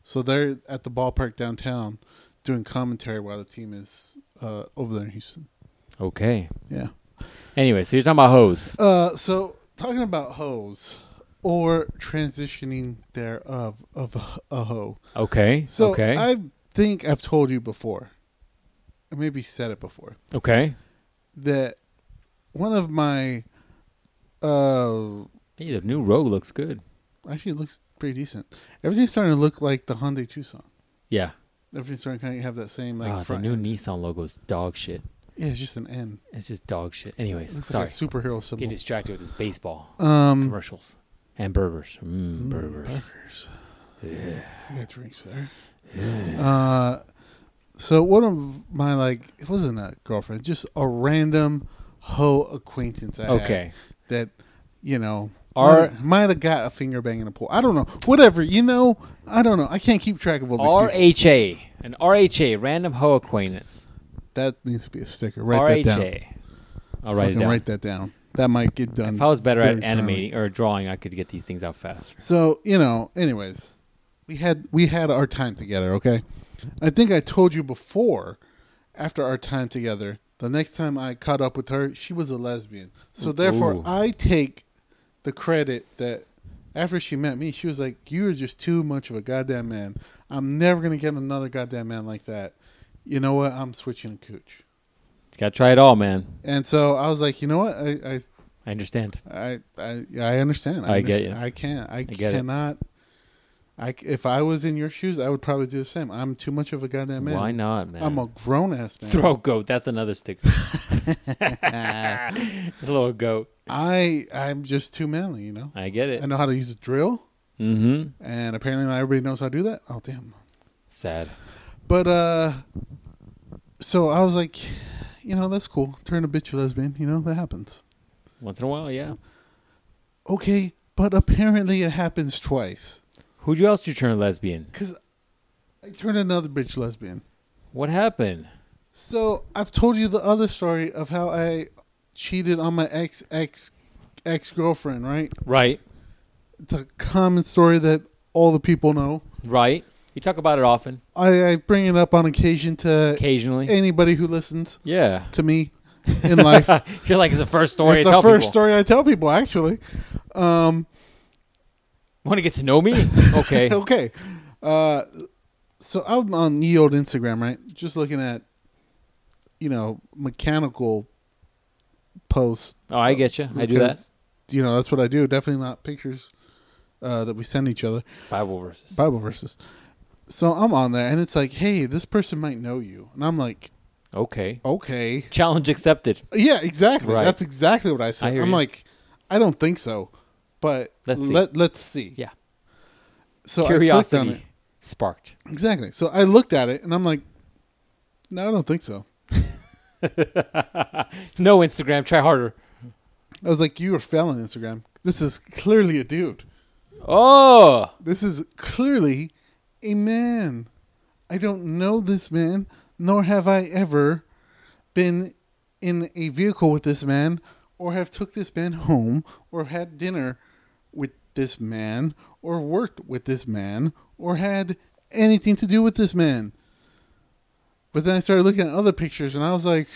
A: So they're at the ballpark downtown doing commentary while the team is uh, over there in Houston.
B: Okay.
A: Yeah.
B: Anyway, so you're talking about hoes.
A: Uh, so talking about hoes or transitioning thereof of a hoe.
B: Okay.
A: So
B: okay.
A: I think I've told you before, I maybe said it before,
B: okay.
A: that one of my uh
B: Hey, the new Rogue looks good.
A: actually it looks pretty decent. Everything's starting to look like the Hyundai Tucson.
B: Yeah.
A: Everything's starting to kind of have that same like
B: Ah, the
A: front.
B: new
A: end.
B: Nissan logo's dog shit.
A: yeah, it's just an N.
B: It's just dog shit.
A: It
B: Anyways,
A: looks
B: sorry.
A: like a superhero
B: Get
A: symbol.
B: distracted with this baseball
A: Um,
B: commercials and burgers. Mm,
A: mm,
B: burgers.
A: burgers.
B: Yeah.
A: I got drinks there. Uh, so one of my like it wasn't a girlfriend, just a random hoe acquaintance. I had
B: Okay.
A: that you know.
B: Our-
A: might- might have got a finger bang in a pool. I don't know. Whatever you know, I don't know. I can't keep track of all these people.
B: RHA. An RHA, random hoe acquaintance.
A: That needs to be a sticker. Write
B: RHA.
A: that down.
B: I'll write it
A: Fucking
B: down.
A: write that down. That might get done.
B: if I was better
A: very
B: at
A: soon.
B: animating or drawing, I could get these things out faster.
A: So you know, anyways, we had we had our time together. Okay, I think I told you before. After our time together, the next time I caught up with her, she was a lesbian. So therefore,
B: Ooh.
A: I take the credit that after she met me, she was like, "You are just too much of a goddamn man. I'm never gonna get another goddamn man like that." You know what? I'm switching to cooch.
B: Gotta try it all, man.
A: And so I was like, you know what? I, I
B: I understand.
A: I I yeah, I understand.
B: I get
A: understand.
B: you.
A: I can't. I,
B: get it.
A: cannot. I c if I was in your shoes, I would probably do the same. I'm too much of a goddamn man.
B: Why not, man?
A: I'm a grown ass man.
B: throw goat. That's another sticker. Little goat.
A: I I'm just too manly, you know.
B: I get
A: I
B: it.
A: know how to use a drill,
B: Mm-hmm.
A: and apparently not everybody knows how to do that. Oh damn.
B: Sad.
A: But uh, so I was like, you know, that's cool. Turn a bitch a lesbian. You know that happens.
B: Once in a while, yeah.
A: Okay, but apparently it happens twice.
B: Who else did you turn lesbian?
A: Cause I turned another bitch lesbian.
B: What happened?
A: So I've told you the other story of how I cheated on my ex ex ex girlfriend, right?
B: Right.
A: It's a common story that all the people know.
B: Right. You talk about it often,
A: I, I bring it up on occasion to
B: occasionally.
A: anybody who listens
B: yeah.
A: to me in life.
B: You're like, it's the first story
A: it's the
B: I tell
A: first
B: people.
A: story I tell people, actually. Um,
B: Want to get to know me? Okay. Oh,
A: okay. Uh, so I'm on ye old Instagram, right? Just looking at, you know, mechanical posts
B: Oh, I get you. I do that.
A: Because, You know, that's what I do. Definitely not pictures uh, that we send each other.
B: Bible verses.
A: Bible verses. So I'm on there, and it's like, hey, this person might know you, and I'm like,
B: Okay.
A: okay,
B: Challenge accepted.
A: yeah, exactly.
B: Right.
A: That's exactly what I said.
B: I hear
A: I'm
B: you.
A: like, I don't think so, but
B: Let's see.
A: let let's see.
B: Yeah.
A: So I clicked on
B: Curiosity
A: it.
B: sparked.
A: Exactly. So I looked at it, and I'm like, no, I don't think so.
B: No Instagram. Try harder.
A: I was like, you are failing Instagram. This is clearly a dude.
B: Oh,
A: This is clearly a man. I don't know this man, nor have I ever been in a vehicle with this man, or have took this man home, or had dinner with this man, or worked with this man, or had anything to do with this man. But then I started looking at other pictures, and I was like,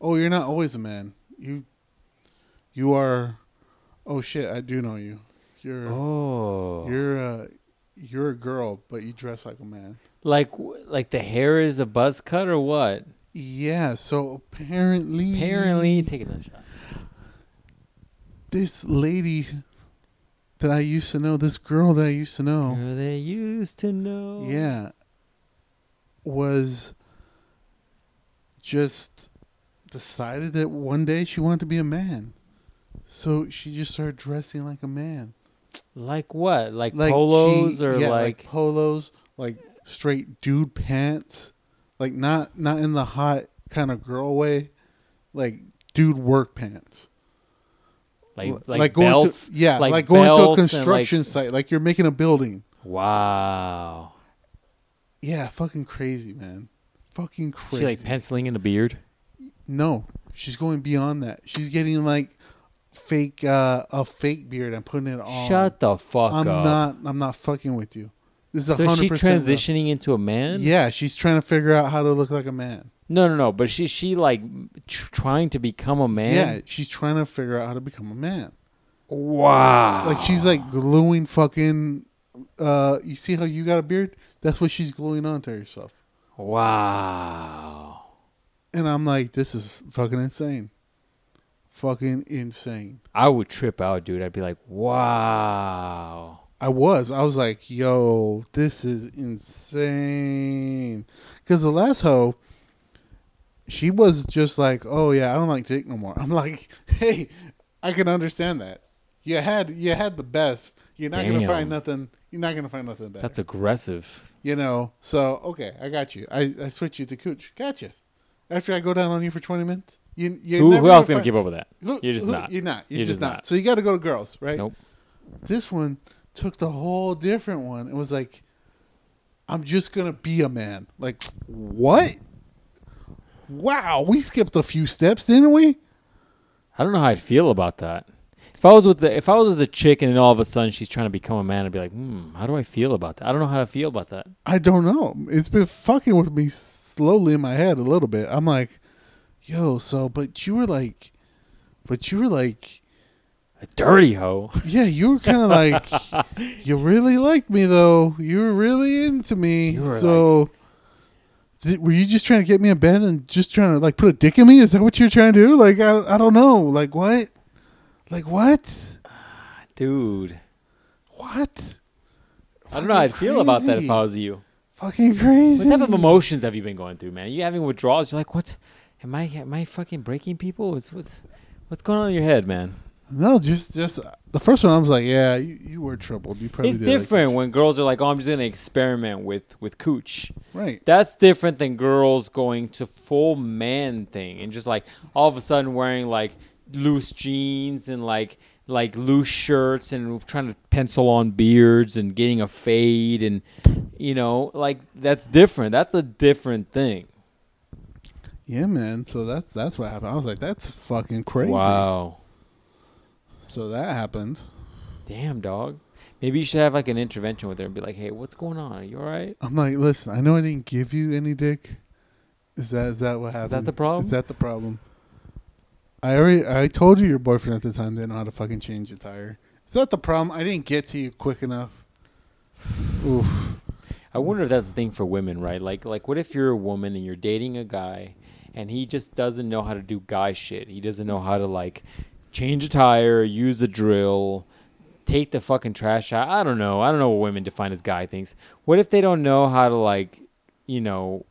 A: "Oh, you're not always a man. You, you are. Oh shit, I do know you. You're."
B: oh,
A: You're a you're a girl, but you dress like a man.
B: like like the hair is a buzz cut or what?
A: Yeah. So apparently,
B: Apparently, take another shot.
A: this lady that I used to know, this girl that I used to know,
B: Girl They used to know.
A: Oh. yeah, was just decided that one day she wanted to be a man. So she just started dressing like a man,
B: Like what? Like,
A: like
B: polos
A: she-
B: or
A: yeah,
B: like,
A: polos, like straight dude pants, like not not in the hot kind of girl way, like dude work pants,
B: like like
A: going
B: belts?
A: to yeah, like, going to a
B: belts and, like-
A: construction site, like you're making a building.
B: wow.
A: Yeah, fucking crazy, man, fucking crazy.
B: She like penciling in a beard.
A: no, she's going beyond that. She's getting like fake uh a fake beard and putting it on.
B: Shut the fuck
A: Oh, I'm
B: up.
A: not. I'm not fucking with you. This is
B: so is
A: hundred
B: she
A: percent.
B: transitioning into a man?
A: Yeah, she's trying to figure out how to look like a man.
B: No, no, no. But she she like tr- trying to become a man.
A: Yeah, she's trying to figure out how to become a man.
B: Wow.
A: Like she's like gluing fucking. Uh, you see how you got a beard? That's what she's gluing onto herself.
B: wow.
A: And I'm like, this is fucking insane. Fucking insane.
B: I would trip out, dude. I'd be like, wow.
A: I was. I was like, yo, this is insane. Because the last hoe, she was just like, oh yeah, I don't like dick no more. I'm like, hey, I can understand that. You had you had the best. You're not gonna
B: Damn.
A: find nothing. You're not gonna find nothing better.
B: That's aggressive.
A: you know. So okay, I got you. I, I switch you to cooch. Gotcha. After I go down on you for 20 minutes, you you
B: Who, who else is gonna keep up with that?
A: Who,
B: You're just
A: who-
B: not.
A: You're not. You're,
B: You're
A: just,
B: just
A: not.
B: not.
A: So you got to go to girls, right?
B: Nope.
A: this one took the whole different one and was like, I'm just going to be a man. Like, what? Wow, we skipped a few steps, didn't we?
B: I don't know how I'd feel about that. If I was with the if I was with the chick and then all of a sudden she's trying to become a man, I'd be like, hmm, how do I feel about that? I don't know how to feel about that.
A: I don't know. It's been fucking with me slowly in my head a little bit. I'm like, yo, so, but you were like, but you were like,
B: A dirty hoe.
A: yeah, you were kind of like, you really liked me though. You were really into me.
B: You were
A: so, Did, were you just trying to get me in bed and just trying to like put a dick in me? Is that what you're trying to do? Like I, I don't know. Like what? Like what?
B: Dude,
A: What?
B: I don't know how I'd feel about that if
A: Crazy.
B: I was you.
A: Fucking crazy.
B: What type of emotions have you been going through, man? Are you having withdrawals? You're like, what? Am I am I fucking breaking people? What's what's what's going on in your head, man?
A: No, just just the first one. I was like, yeah, you, you were troubled. You probably
B: It's
A: did like
B: different when girls are like, oh, I'm just gonna experiment with with cooch.
A: this. right?
B: That's different than girls going to full man thing and just like all of a sudden wearing like loose jeans and like like loose shirts and trying to pencil on beards and getting a fade and you know like that's different. That's a different thing.
A: Yeah, man. So that's that's what happened. I was like, that's fucking crazy.
B: Wow.
A: So that happened.
B: Damn, dog. Maybe you should have like an intervention with her and be like, "Hey, what's going on? Are you all right?"
A: I'm like, listen, I know I didn't give you any dick. Is that is that what happened?
B: the problem?
A: Is that the problem? I already I told you your boyfriend at the time didn't know how to fucking change a tire. Is that the problem? I didn't get to you quick enough. Oof.
B: I wonder if that's the thing for women, right? Like, like what if you're a woman and you're dating a guy, and he just doesn't know how to do guy shit. He doesn't know how to like change a tire, use a drill, take the fucking trash out. I don't know. I don't know what women define as guy things. What if they don't know how to like, you know,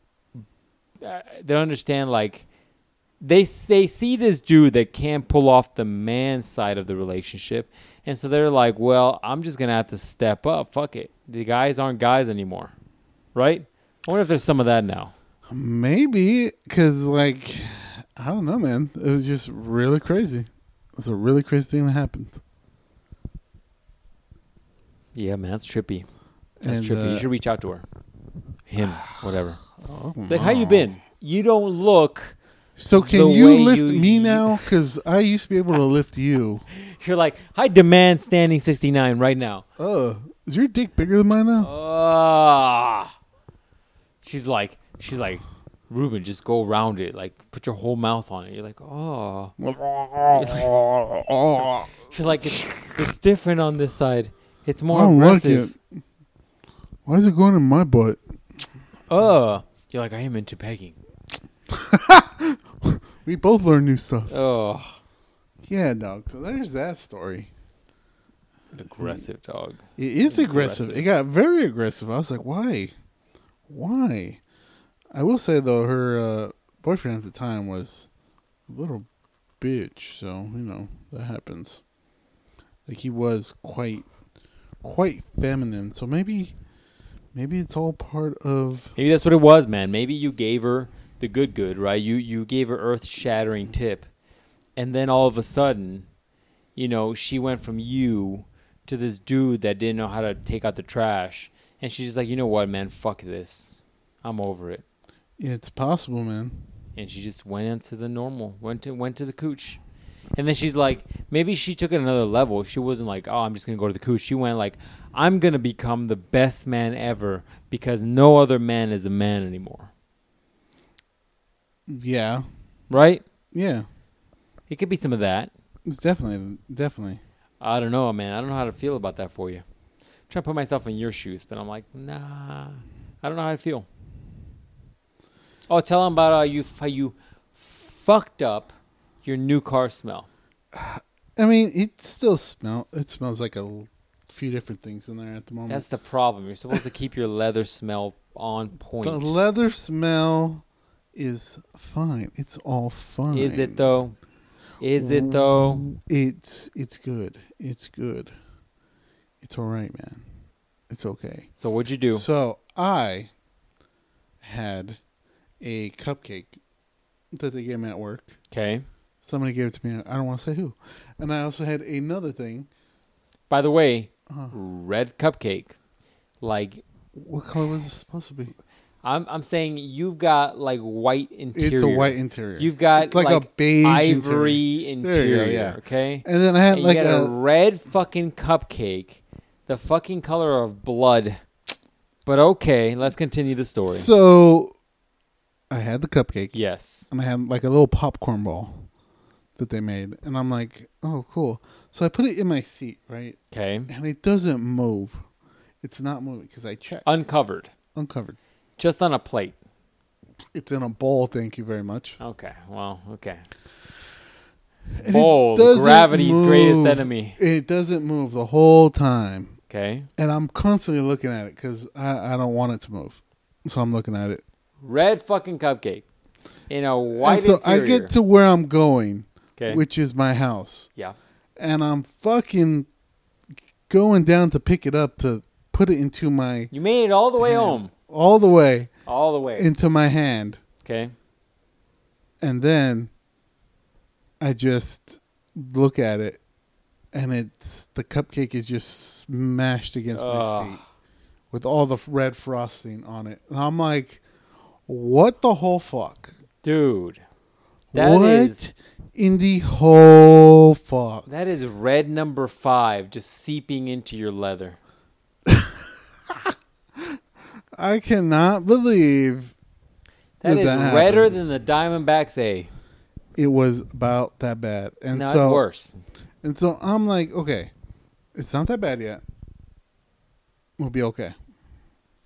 B: uh, they don't understand like. They, s- they see this dude that can't pull off the man side of the relationship. And so they're like, well, I'm just going to have to step up. Fuck it. The guys aren't guys anymore right? I wonder if there's some of that now.
A: Maybe because like I don't know, man. It was just really crazy. It's a really crazy thing that happened.
B: Yeah, man, that's trippy. That's
A: And,
B: trippy.
A: uh,
B: you should reach out to her, him, whatever.
A: Oh,
B: Like, how you been? You don't look.
A: So can
B: The
A: you
B: way
A: lift
B: you-
A: me now? Because I used to be able to lift you.
B: You're like, I demand standing 69 right now.
A: Oh, is your dick bigger than mine now?
B: Ah. she's like, she's like, Ruben, just go around it. Like, put your whole mouth on it. You're like, oh. She's like, it's, it's different on this side. It's more
A: I don't like
B: aggressive.
A: it. Why is it going in my butt?
B: Oh. You're like, I am into pegging.
A: We both learn new stuff.
B: Oh.
A: Yeah, dog. So there's that story.
B: Aggressive dog.
A: It is aggressive.
B: Aggressive.
A: It got very aggressive. I was like, why? Why? I will say though, her uh, boyfriend at the time was a little bitch, so you know that happens. Like he was quite, quite feminine. So maybe, maybe it's all part of.
B: Maybe that's what it was, man. Maybe you gave her the good good, right? You you gave her earth shattering tip, and then all of a sudden, you know, she went from you to this dude that didn't know how to take out the trash, and she's just like, you know what, man, fuck this, I'm over it,
A: It's possible, man.
B: and she just went into the normal, went to went to the cooch. And then she's like, maybe she took it another level. She wasn't like, oh, I'm just gonna go to the cooch. She went like, I'm gonna become the best man ever because no other man is a man anymore,
A: Yeah,
B: right?
A: yeah.
B: It could be some of that.
A: It's definitely, definitely.
B: I don't know, man. I don't know how to feel about that for you. I'm trying to put myself in your shoes, but I'm like, nah. I don't know how I feel. Oh, tell him about how you how you fucked up your new car smell.
A: I mean, it still smell. It smells like a l- few different things in there at the moment.
B: That's the problem. You're supposed to keep your leather smell on
A: The
B: point.
A: leather smell is fine. It's all fine.
B: Is it though? Is it though?
A: It's it's good. It's good. It's all right, man. It's okay.
B: So what'd you do?
A: So I had a cupcake that they gave me at work.
B: Okay.
A: Somebody gave it to me. I don't want to say who. And I also had another thing.
B: By the way,
A: Uh,
B: red cupcake. Like
A: what color was it supposed to be?
B: I'm I'm saying you've got like white interior.
A: It's a white interior.
B: You've got
A: It's like, a beige interior.
B: ivory interior,
A: There you go, yeah.
B: okay?
A: And then I had
B: And you
A: like
B: got a,
A: a
B: red fucking cupcake, the fucking color of blood. But okay, let's continue the story.
A: So I had the cupcake
B: yes.
A: and I had like a little popcorn ball that they made. And I'm like, oh, cool. So I put it in my seat, right?
B: Okay.
A: And it doesn't move.
B: Uh,
A: It's not moving because I checked.
B: Uncovered,
A: Uncovered.
B: just on a plate.
A: it's in a bowl. Thank you very much.
B: Okay. Well. Okay.
A: And it
B: Bowl.
A: doesn't
B: Gravity's greatest
A: move.
B: enemy.
A: It doesn't move the whole time,
B: Okay.
A: and I'm constantly looking at it because I, I don't want it to move. So I'm looking at it.
B: Red fucking cupcake. In a
A: And
B: white
A: so
B: interior.
A: I get to where I'm going,
B: okay.
A: which is my house,
B: yeah.
A: and I'm fucking going down to pick it up to put it into my
B: You made it all the way home.
A: all the way
B: All the way.
A: into my hand,
B: okay.
A: and then I just look at it, and it's the cupcake is just smashed against
B: Ugh.
A: my seat with all the f- red frosting on it, and I'm like, "What the whole fuck?
B: Dude. That is
A: what in the whole fuck?"
B: that is red number five just seeping into your leather.
A: I cannot believe
B: That
A: Did
B: is
A: that
B: redder
A: happen?
B: than the Diamondbacks A.
A: it was about that bad, and
B: No,
A: so
B: it's worse.
A: and so I'm like, okay, it's not that bad yet. We'll be okay.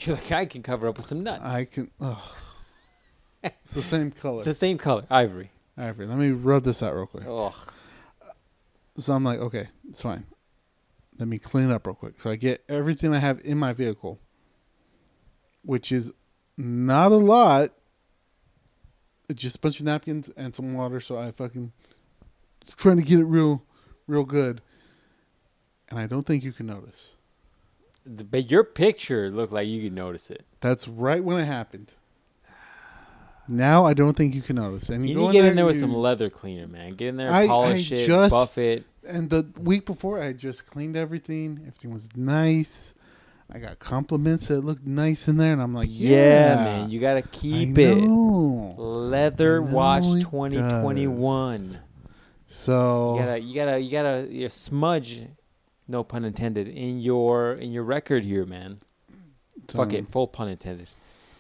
B: You're like, I can cover up with some nuts.
A: I can. Oh. it's the same color.
B: It's the same color, ivory.
A: Ivory. Let me rub this out real quick.
B: Ugh.
A: So I'm like, okay, it's fine. Let me clean up real quick. So I get everything I have in my vehicle, which is not a lot. It's just a bunch of napkins and some water. So I fucking trying to get it real, real good. And I don't think you can notice.
B: The- But your picture looked like you could notice it.
A: That's right when it happened. Now I don't think you can notice. And
B: You
A: you, go
B: need to get in there
A: and
B: with
A: you-
B: some leather cleaner, man. Get in there,
A: I-
B: polish
A: I
B: it,
A: just-
B: buff it.
A: And the week before, I had just cleaned everything. Everything was nice. I got compliments that looked nice in there, and I'm like,
B: Yeah,
A: yeah,
B: man. You got to keep
A: I
B: it.
A: know.
B: Leather
A: I know
B: Watch
A: it
B: 2021.
A: does.
B: You
A: So
B: gotta, you gotta, you gotta you smudge, no pun intended, in your in your record here, man. Fuck
A: so-
B: it, full pun intended.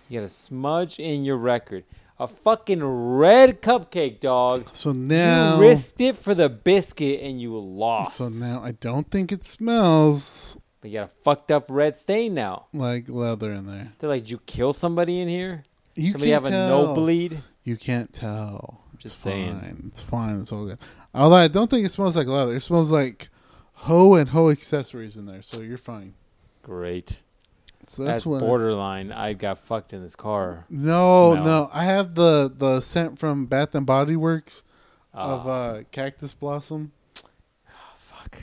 B: You gotta smudge in your record. A fucking red cupcake, dog.
A: So now,
B: You risked it for the biscuit and you lost.
A: so now I don't think it smells
B: but you got a fucked up red stain now.
A: like leather in there.
B: They're like, did you kill somebody in here?
A: You
B: somebody
A: can't
B: have a
A: tell.
B: no bleed?
A: You can't tell.
B: Just
A: it's
B: saying.
A: Fine. It's fine. It's all good. Although I don't think it smells like leather. It smells like hoe and hoe accessories in there. So you're fine.
B: Great.
A: So
B: That's,
A: that's, what.
B: borderline. I got fucked in this car.
A: No,
B: smell.
A: no. I have the the scent from Bath and Body Works of
B: Ah,
A: uh, cactus blossom.
B: fuck.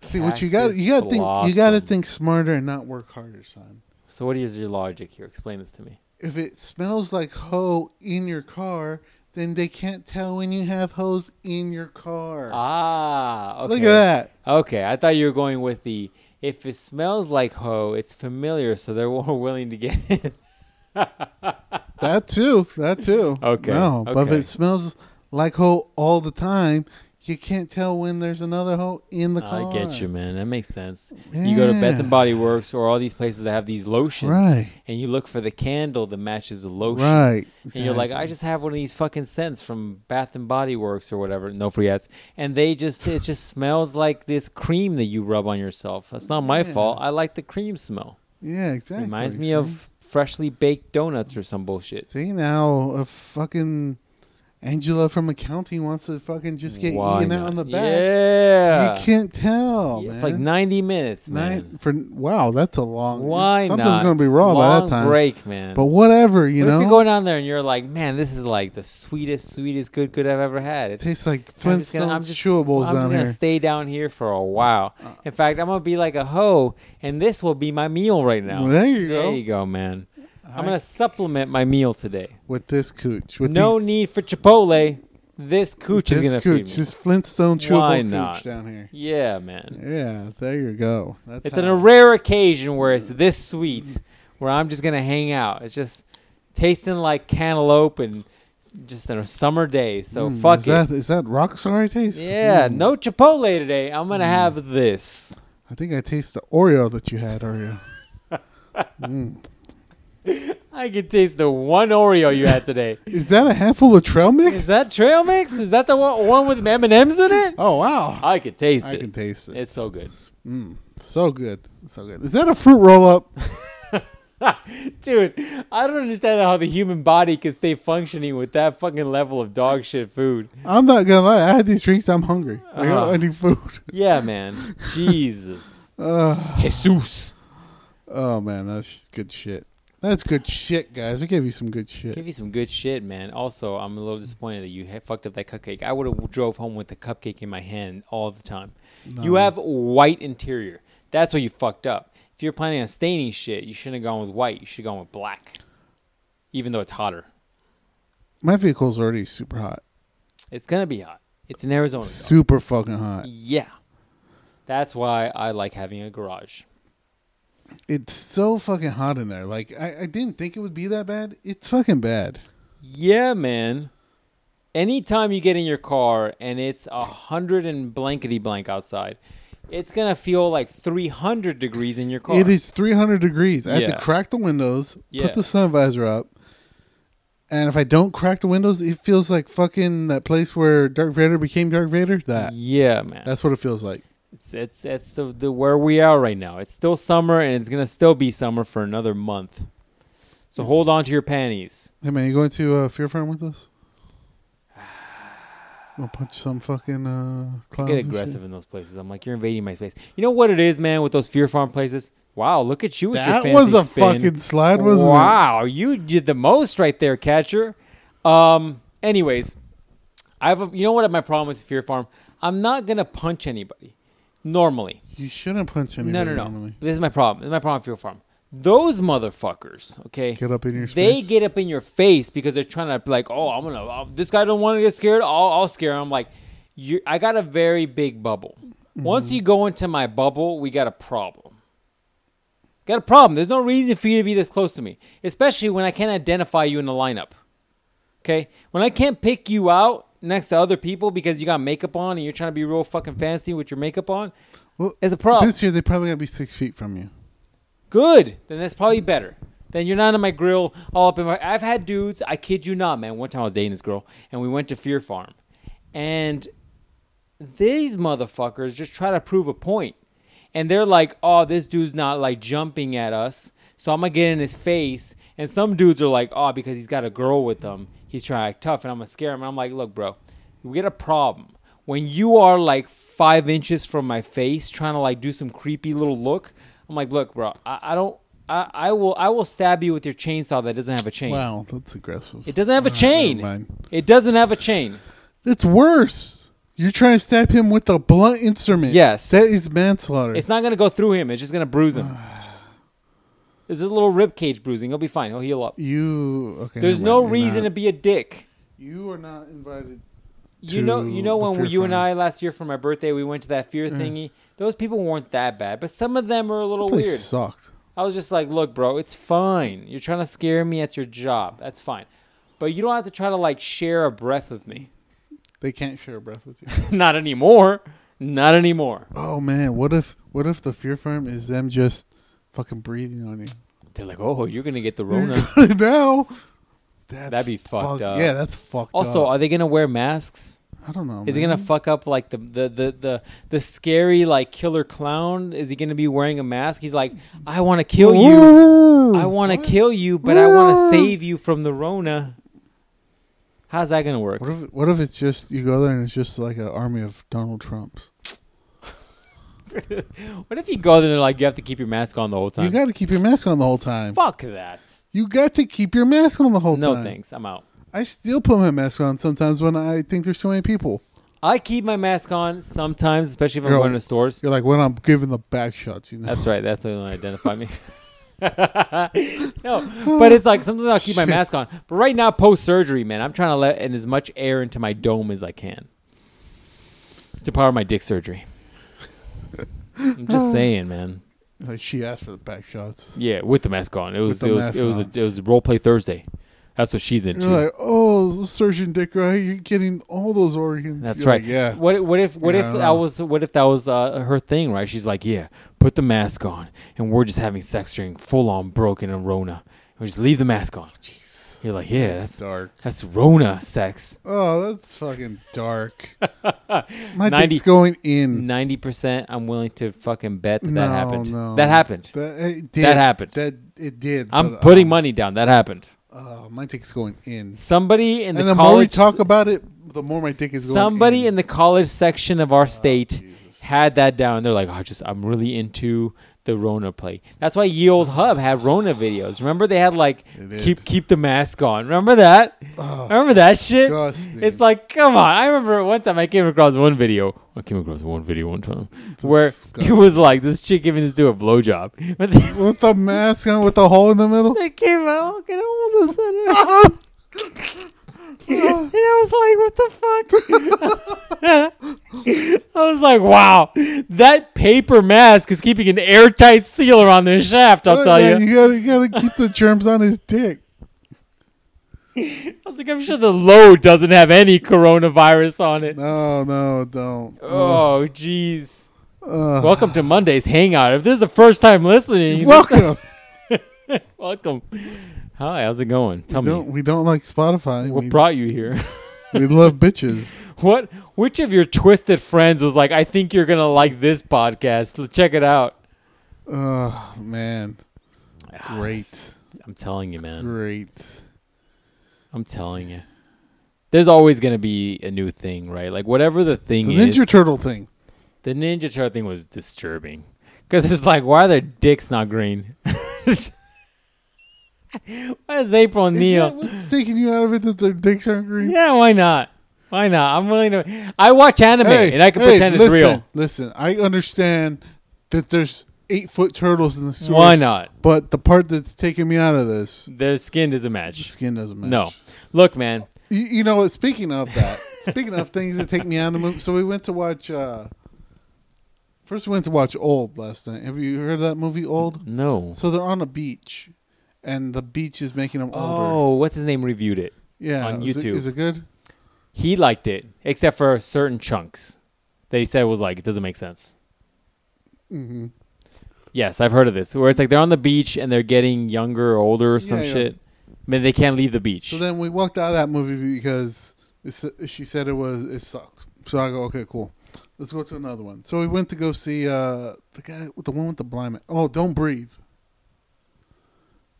A: See what you got.
B: Cactus
A: You got to think. You got to
B: blossom.
A: think smarter and not work harder, son.
B: So what is your logic here? Explain this to me.
A: If it smells like hoe in your car, then they can't tell when you have hoes in your car.
B: Ah, okay.
A: Look at that.
B: Okay, I thought you were going with the if it smells like ho, it's familiar, so they're more willing to get it.
A: That too. That too.
B: Okay,
A: No, but if
B: okay.
A: it smells like hoe all the time, you can't tell when there's another hoe in the car.
B: I get you, man. That makes sense. You go to Bath and
A: Yeah.
B: Body Works or all these places that have these lotions,
A: Right.
B: and you look for the candle that matches the lotion.
A: Right.
B: Oh, And you're like, I just have one of these fucking scents from Bath and Body Works or whatever. No free ads. And they just, it just smells like this cream that you rub on yourself. That's not my
A: Yeah.
B: fault. I like the cream smell.
A: Yeah, exactly.
B: Reminds me
A: See?
B: of freshly baked donuts or some bullshit.
A: See now, a fucking Angela from accounting wants to fucking just get
B: Why
A: eaten out
B: not?
A: on the back.
B: Yeah.
A: You can't tell,
B: Yeah,
A: man.
B: It's like 90 minutes, man.
A: Nine- for wow, that's a long.
B: Why
A: something's
B: not?
A: gonna be wrong
B: Long
A: by that time.
B: break, man.
A: But whatever, you
B: what
A: know,
B: if you're going down there and you're like, man, this is like the sweetest, sweetest good good I've ever had.
A: it
B: It's
A: tastes like
B: I'm just gonna- I'm
A: Flintstones
B: just-
A: chewables
B: I'm
A: down
B: gonna
A: here. Uh,
B: stay down here for a while. In fact, I'm gonna be like a hoe, and this will be my meal right now.
A: There you go.
B: There you go, man. I,
A: I-
B: am gonna supplement my meal today.
A: with this cooch, with
B: no
A: these,
B: need for Chipotle. This cooch
A: This
B: is gonna
A: cooch,
B: feed me.
A: this Flintstone
B: Why
A: chewable
B: not?
A: cooch down here.
B: yeah, man.
A: Yeah, there you go. That's
B: It's
A: how-
B: on a rare occasion where it's this sweet, where I'm just gonna hang out. It's just tasting like cantaloupe and s- just on a summer day. So
A: Mm,
B: fuck
A: is
B: it.
A: That, is that rock star I taste?
B: Yeah,
A: Mm.
B: no Chipotle today. I'm
A: Hmm.
B: gonna have this.
A: I think I taste the Oreo that you had, Oreo. Mm.
B: I can taste the one Oreo you had today.
A: Is that a handful of trail
B: Is
A: mix?
B: that trail mix? Is that the one, one with M and M's in it?
A: Oh wow!
B: I could taste
A: I
B: it.
A: can taste it.
B: It's so good.
A: Mm, so good, so good. Is that a fruit roll up?
B: Dude, I don't understand how the human body can stay functioning with that fucking level of dog shit food.
A: I'm not gonna lie. I had these drinks. I'm hungry. Like,
B: Uh-huh.
A: I need food.
B: Yeah, man. Jesus.
A: Ugh.
B: Jesus.
A: oh man, that's good shit. That's good shit, guys. I gave you some good shit.
B: Give you some good shit, man. Also, I'm a little disappointed that you ha- fucked up that cupcake. I would have drove home with the cupcake in my hand all the time. You
A: No.
B: have white interior. That's what you fucked up. If you're planning on staining shit, you shouldn't have gone with white. You should have gone with black, even though it's hotter.
A: My vehicle's already super hot.
B: It's gonna be hot. It's in Arizona. dog.
A: Super fucking hot.
B: Yeah. That's why I like having a garage.
A: It's so fucking hot in there. Like I, I didn't think it would be that bad. It's fucking bad.
B: Yeah, man. Anytime you get in your car and it's a hundred and blankety blank outside, it's gonna feel like three hundred degrees in your car.
A: It is 300 degrees. I have
B: Yeah.
A: to crack the windows,
B: Yeah.
A: put the sun visor up, and if I don't crack the windows, it feels like fucking that place where Dark Vader became Dark Vader. That
B: Yeah, man.
A: that's what it feels like.
B: it's it's it's the, the where we are right now. It's still summer and it's gonna still be summer for another month. So hold on to your panties.
A: Hey man, you going to uh, Fear Farm with us? We'll punch some fucking uh, clowns.
B: Get
A: and
B: aggressive in those places. I'm like, you're invading my space. You know what it is, man, with those fear farm places? Wow, look at you
A: shit.
B: with
A: That
B: your
A: was
B: fancy
A: a
B: spin.
A: fucking slide, wasn't it?
B: wow, you did the most right there, catcher. Um. Anyways, I have a, you know what my problem is with Fear Farm. I'm not gonna punch anybody normally.
A: You shouldn't punch
B: No,
A: anybody.
B: no, no.
A: Normally.
B: This is my problem. This is my problem with Fear Farm. Those motherfuckers. Okay.
A: Get up in your
B: They
A: space.
B: get up in your face because they're trying to be like, oh, I'm gonna. i this guy don't want to get scared. I'll, I'll scare him. I'm like, you. I got a very big bubble.
A: Mm-hmm.
B: Once you go into my bubble, we got a problem. Got a problem. There's no reason for you to be this close to me, especially when I can't identify you in the lineup. Okay, when I can't pick you out next to other people because you got makeup on and you're trying to be real fucking fancy with your makeup on,
A: Well,
B: it's a problem.
A: This year they probably got to be six feet from you.
B: Good. Then that's probably better. Then you're not on my grill all up in my. I've had dudes. I kid you not, man. One time I was dating this girl, and we went to Fear Farm, and these motherfuckers just try to prove a point, and they're like, "Oh, this dude's not like jumping at us, so I'm gonna get in his face." And some dudes are like, "Oh, because he's got a girl with him, he's trying to act tough, and I'm gonna scare him." And I'm like, "Look, bro, we got a problem." when you are like five inches from my face trying to like do some creepy little look i'm like look bro i, I don't I, I will i will stab you with your chainsaw that doesn't have a chain
A: Wow, that's aggressive.
B: it doesn't have a
A: Alright,
B: chain
A: uh, never mind.
B: it doesn't have a chain
A: It's worse. You're trying to stab him with a blunt instrument.
B: Yes.
A: That is manslaughter.
B: it's not going to go through him it's just going to bruise him there's a little rib cage bruising he'll be fine he'll heal up
A: you okay.
B: there's
A: never
B: no
A: mind. You're
B: reason to
A: not-
B: be a dick
A: You are not invited.
B: you know,
A: to
B: you know
A: the
B: when
A: Fear
B: you and
A: Farm.
B: I last year for my birthday we went to that fear thingy. Those people weren't that bad, but some of them are a little
A: Place
B: weird.
A: sucked.
B: I was just like, look, bro, it's fine. You're trying to scare me at your job. That's fine. But you don't have to try to like share a breath with me.
A: They can't share a breath with you.
B: Not anymore. Not anymore.
A: oh man, what if what if the fear farm is them just fucking breathing on you?
B: They're like, oh, you're going to get the Rona.
A: now that's
B: That'd be fucked
A: fuck-
B: up.
A: Yeah, that's fucked
B: also,
A: up.
B: are they going to wear masks?
A: I don't know.
B: Is it going to
A: man.
B: fuck up like the, the, the, the, the scary like killer clown? Is he going to be wearing a mask? He's like, I want to kill you. I want to kill you, but I want to save you from the Rona. How's that going to work?
A: What if what if it's just you go there and it's just like an army of Donald Trumps?
B: What if you go there and they're like, you have to keep your mask on the whole time?
A: You got to keep your mask on the whole time.
B: Fuck that.
A: You got to keep your mask on the whole
B: No
A: time.
B: thanks. I'm out.
A: I still put my mask on sometimes when I think there's too many people.
B: I keep my mask on sometimes, especially if I'm
A: You're
B: going
A: all-
B: to stores.
A: You're like when I'm giving the back shots, you know.
B: That's right. That's when they identify me. no, but it's like sometimes I'll keep my mask on. But right now, post surgery, man, I'm trying to let in as much air into my dome as I can to power my dick surgery. I'm
A: Oh.
B: just saying, man.
A: like she asked for the back shots.
B: Yeah, with the mask on, it was
A: the
B: it was
A: mask
B: it was,
A: on.
B: a, it was role play Thursday. That's what she's into.
A: You're like, oh, Surgeon Dick, right? You're getting all those organs.
B: That's
A: You're
B: right.
A: like, yeah.
B: What what if what if
A: Yeah.
B: that was what if that was uh, her thing, right? She's like, yeah, put the mask on, and we're just having sex during full on broken and Rona. We just leave the mask on.
A: Jeez.
B: You're like, yeah,
A: It's
B: that's,
A: dark.
B: that's Rona sex.
A: Oh, that's fucking dark. My
B: 90
A: dick's going in.
B: Ninety percent, I'm willing to fucking bet that
A: no,
B: that happened.
A: no.
B: That happened.
A: That, it did.
B: That happened.
A: That it did.
B: I'm
A: but,
B: putting
A: um,
B: money down. That happened.
A: Oh, my dick's going in.
B: Somebody in
A: And
B: the,
A: the, more we
B: college.
A: talk about it, the more my dick is going.
B: somebody
A: in
B: in
A: Oh,
B: the college section of our state
A: Jesus.
B: had that down. They're like, I just I'm really into the Rona play. That's why Ye Old Hub had Rona videos. Remember they had like
A: They did.
B: keep keep the mask on. Remember that?
A: Oh,
B: remember that shit?
A: disgusting.
B: It's like, come on. I remember one time I came across one video. I came across one video one time where it
A: Disgusting.
B: was like this chick giving this dude a blowjob. But then
A: with the mask on, with the hole in the middle.
B: they came out and all of a sudden And I was like, what the fuck? I was like, wow, that paper mask is keeping an airtight sealer on their shaft, I'll
A: Hey,
B: tell
A: man,
B: you.
A: gotta Oh, you gotta keep the germs on his dick.
B: I was like, I'm sure the load doesn't have any coronavirus on it.
A: No, no, don't.
B: Oh, jeez.
A: Ugh.
B: Welcome to Monday's Hangout. If this is the first time listening,
A: welcome.
B: welcome. Hi, how's it going? Tell
A: we, don't,
B: me.
A: we don't like Spotify.
B: What
A: We,
B: brought you here?
A: we love bitches.
B: What? Which of your twisted friends was like, "I think you're gonna like this podcast. Let's check it out."
A: Oh man, great,
B: I'm telling you,
A: Mm.
B: man.
A: great.
B: I'm telling you. There's always gonna be a new thing, right? Like whatever the
A: The
B: thing is.
A: Ninja Turtle thing.
B: the Ninja Turtle thing was disturbing because it's like, why are their dicks not green? why is April
A: Is that
B: Neil?
A: what's taking you out of it that their dicks aren't green?
B: Yeah, why not? Why not? I'm willing to. I watch anime
A: Hey,
B: and I can
A: hey,
B: pretend it's
A: listen,
B: real.
A: Listen, I understand that there's eight foot turtles in the sewer.
B: Why not?
A: But the part that's taking me out of this,
B: Their skin doesn't
A: the
B: match.
A: skin doesn't match.
B: No, look, man.
A: You, you know what? Speaking of that, speaking of things that take me out of the movie, so we went to watch. uh First, we went to watch Old last night. Have you heard of that movie Old?
B: No.
A: So they're on a beach, and the beach is making them older.
B: Oh, what's his name reviewed it?
A: yeah,
B: on
A: is it-
B: YouTube.
A: is it good?
B: He liked it, except for certain chunks that he said was like it doesn't make sense.
A: Mm-hmm.
B: Yes, I've heard of this. Where it's like they're on the beach and they're getting younger or older or some
A: Yeah, yeah.
B: shit. I mean, they can't leave the beach.
A: So then we walked out of that movie because it's, she said it was it sucks. So I go, okay, cool. Let's go to another one. So we went to go see uh, the guy, the one with the blind man. Oh, don't breathe.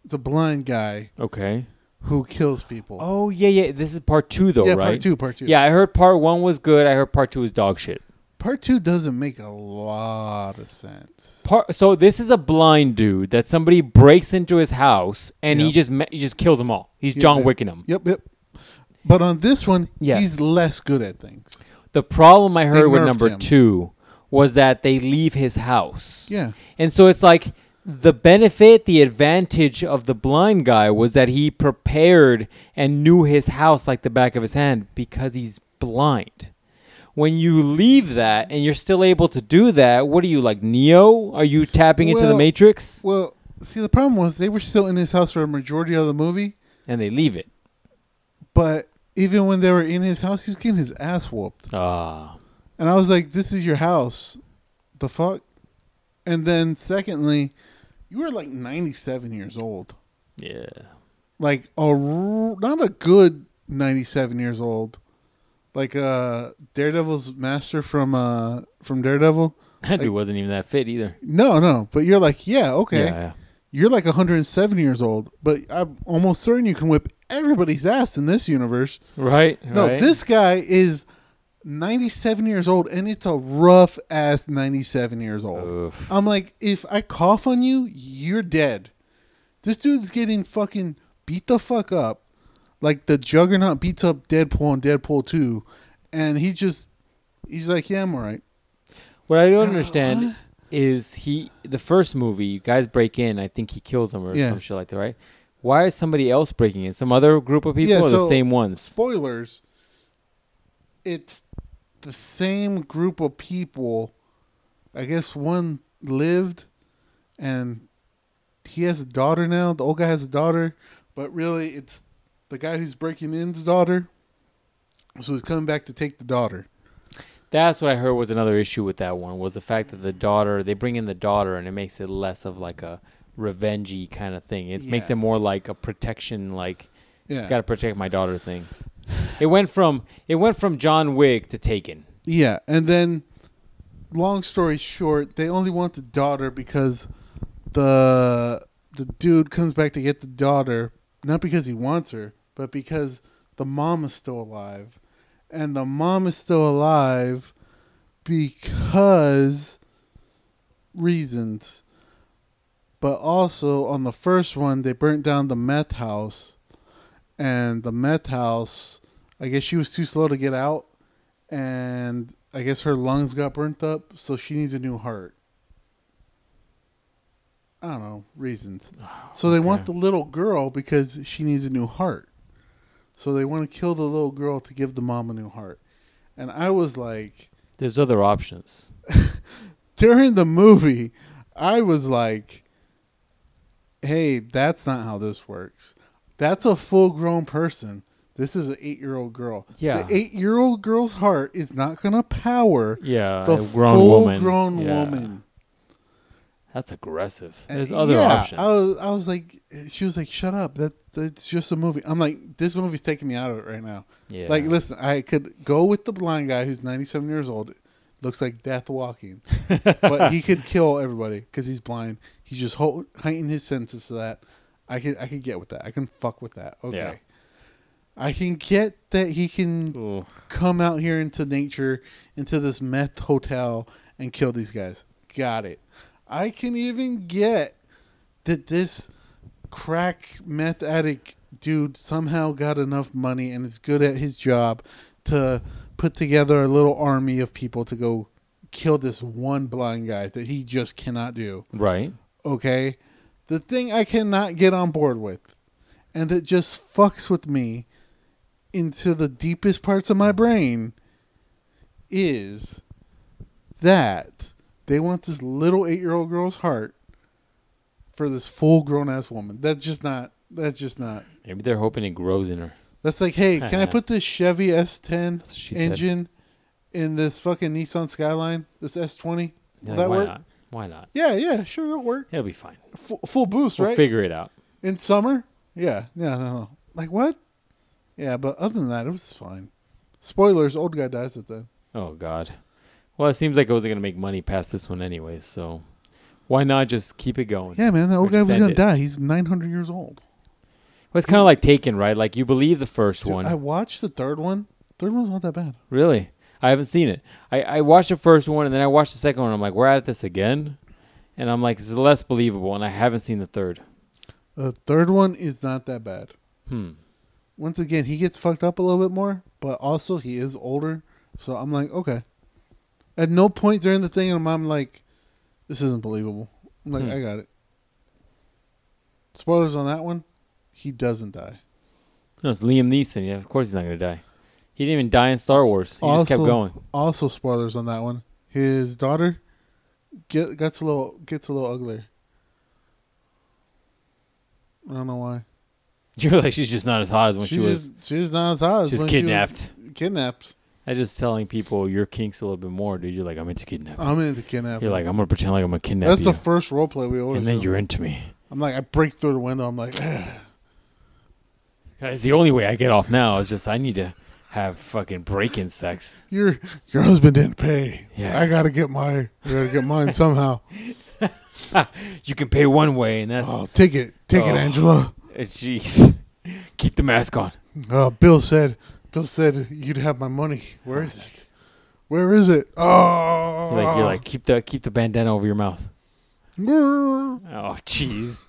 A: It's a blind guy
B: okay.
A: who kills people.
B: Oh yeah, yeah. This is part two though,
A: yeah,
B: right?
A: part two, part two.
B: Yeah, I heard part one was good. I heard part two was dog shit.
A: part two doesn't make a lot of sense.
B: Part, so this is a blind dude that somebody breaks into his house and he
A: Yep.
B: just ma- he just kills them all. He's
A: Yeah,
B: John
A: yeah.
B: Wickingham.
A: Yep, yep. But on this one,
B: Yes.
A: he's less good at things.
B: The problem I heard with
A: nerfed
B: number
A: him.
B: two was that they leave his house.
A: Yeah,
B: And so it's like the benefit, the advantage of the blind guy was that he prepared and knew his house like the back of his hand because he's blind. When you leave that and you're still able to do that, what are you like Neo? Are you tapping into the
A: Well-
B: matrix?
A: Well, see, the problem was they were still in his house for a majority of the movie,
B: And they leave it.
A: but even when they were in his house, he was getting his ass whooped.
B: Ah.
A: And I was like, this is your house. The fuck? And then, secondly, you were like 97 years old.
B: Yeah.
A: Like, a, r- not a good 97 years old. Like uh, Daredevil's master from uh, from Daredevil.
B: That dude wasn't even that fit either.
A: No, no, but you're like, yeah, okay.
B: Yeah, yeah.
A: You're like 107 years old, but I'm almost certain you can whip everybody's ass in this universe.
B: Right?
A: No,
B: right?
A: this guy is 97 years old, and it's a rough ass 97 years old.
B: Oof.
A: I'm like, if I cough on you, you're dead. This dude's getting fucking beat the fuck up. Like the Juggernaut beats up Deadpool and Deadpool 2, and he just, he's like, yeah, I'm all right.
B: What I don't understand is he the first movie guys break in. I think he kills them or
A: Yeah.
B: some shit like that, right? Why is somebody else breaking in? Some other group of people
A: Yeah,
B: or the
A: so-
B: same ones?
A: Spoilers. It's the same group of people. I guess one lived and he has a daughter now. The old guy has a daughter, but really it's the guy who's breaking in's daughter. So he's coming back to take the daughter.
B: That's what I heard was another issue with that one was the fact that the daughter they bring in the daughter and it makes it less of like a revengey kind of thing. It makes
A: Yeah.
B: it more like a protection, like
A: Yeah.
B: Got to protect my daughter thing. It went from it went from John Wick to Taken.
A: Yeah, and then long story short, they only want the daughter because the the dude comes back to get the daughter not because he wants her, but because the mom is still alive. And the mom is still alive because reasons. But also on the first one they burnt down the meth house and the meth house I guess she was too slow to get out and I guess her lungs got burnt up, so she needs a new heart. I don't know reasons. So they want the
B: okay.
A: little girl because she needs a new heart. So they want to kill the little girl to give the mom a new heart. And I was like,
B: There's other options.
A: during the movie, I was like, hey, that's not how this works. That's a full grown person. This is an eight year old girl.
B: Yeah.
A: The eight year old girl's heart is not going to power
B: Yeah,
A: the
B: a grown
A: full
B: woman.
A: grown
B: Yeah.
A: woman.
B: That's aggressive.
A: And
B: There's other
A: yeah,
B: options.
A: I was, I was like, she was like, shut up. That That's just a movie. I'm like, this movie's taking me out of it right now.
B: yeah.
A: Like, listen, I could go with the blind guy who's 97 years old, looks like death walking, but he could kill everybody because he's blind. He's just ho- heightened his senses to that. I can I can get with that. I can fuck with that. Okay.
B: Yeah.
A: I can get that he can
B: Ooh.
A: come out here into nature, into this meth hotel, and kill these guys. Got it. I can even get that this crack meth addict dude somehow got enough money and is good at his job to put together a little army of people to go kill this one blind guy that he just cannot do.
B: Right.
A: Okay? The thing I cannot get on board with and that just fucks with me into the deepest parts of my brain is that they want this little eight year old girl's heart for this full grown ass woman. That's just not. That's just not.
B: Maybe they're hoping it grows in her.
A: That's like, hey, can I put this Chevy S10
B: That's what she said.
A: engine in this fucking Nissan Skyline? This S20?
B: Yeah,
A: Will
B: like,
A: that
B: why
A: work?
B: not? Why not?
A: Yeah, yeah, sure, it'll work.
B: It'll be fine.
A: Full, full boost,
B: We'll
A: right?
B: figure it out.
A: In summer? Yeah, yeah, no, no. Like, what? Yeah, but other than that, it was fine. Spoilers, old guy dies at the
B: Oh God. Well, it seems like I wasn't gonna make money past this one anyway, so why not just keep it going?
A: Yeah, man, that old
B: Or
A: guy
B: just
A: was
B: end
A: going to
B: it.
A: die. He's 900 years old.
B: Well, it's kind of like Taken, right? Like you believe the first
A: Dude,
B: one,
A: I watched the third one. Third one's not that bad.
B: really. I haven't seen it. I, I watched the first one and then I watched the second one. I'm like, we're at this again, and I'm like, it's less believable. And I haven't seen the third.
A: The third one is not that bad.
B: Hmm.
A: Once again, he gets fucked up a little bit more, but also he is older. So I'm like, okay. At no point during the thing, I'm, I'm like, this isn't believable. I'm like,
B: Hmm.
A: I got it. Spoilers on that one. He doesn't die.
B: No, it's Liam Neeson. Yeah, of course he's not gonna die. He didn't even die in Star Wars. He just kept
A: Also-
B: going.
A: Also, spoilers on that one. His daughter get, gets a little gets a little uglier. I don't know why.
B: You're like, she's just not as hot as when she,
A: She's
B: was.
A: just, she's not as hot as
B: She's
A: when
B: kidnapped.
A: She was kidnapped.
B: I just telling people your kinks a little bit more, dude. You're like, I'm into kidnapping.
A: I'm into kidnapping.
B: You're like, I'm gonna pretend like I'm a kidnapper.
A: Oh, That's the first role play we always
B: and then
A: do.
B: you're into me.
A: I'm like, I break through the window. I'm like,
B: It's the only way I get off now. Is just I need to have fucking break-in sex.
A: your your husband didn't pay.
B: Yeah.
A: I gotta get my I gotta get mine somehow.
B: You can pay one way, and that's
A: Oh, take it, take it,
B: Oh.
A: Angela.
B: Uh, jeez. Keep the mask on.
A: Uh, Bill said, Bill said you'd have my money. Where is it? Oh. Where is it? Oh,
B: You're like you're like keep the keep the bandana over your mouth.
A: Grrr.
B: Oh, jeez.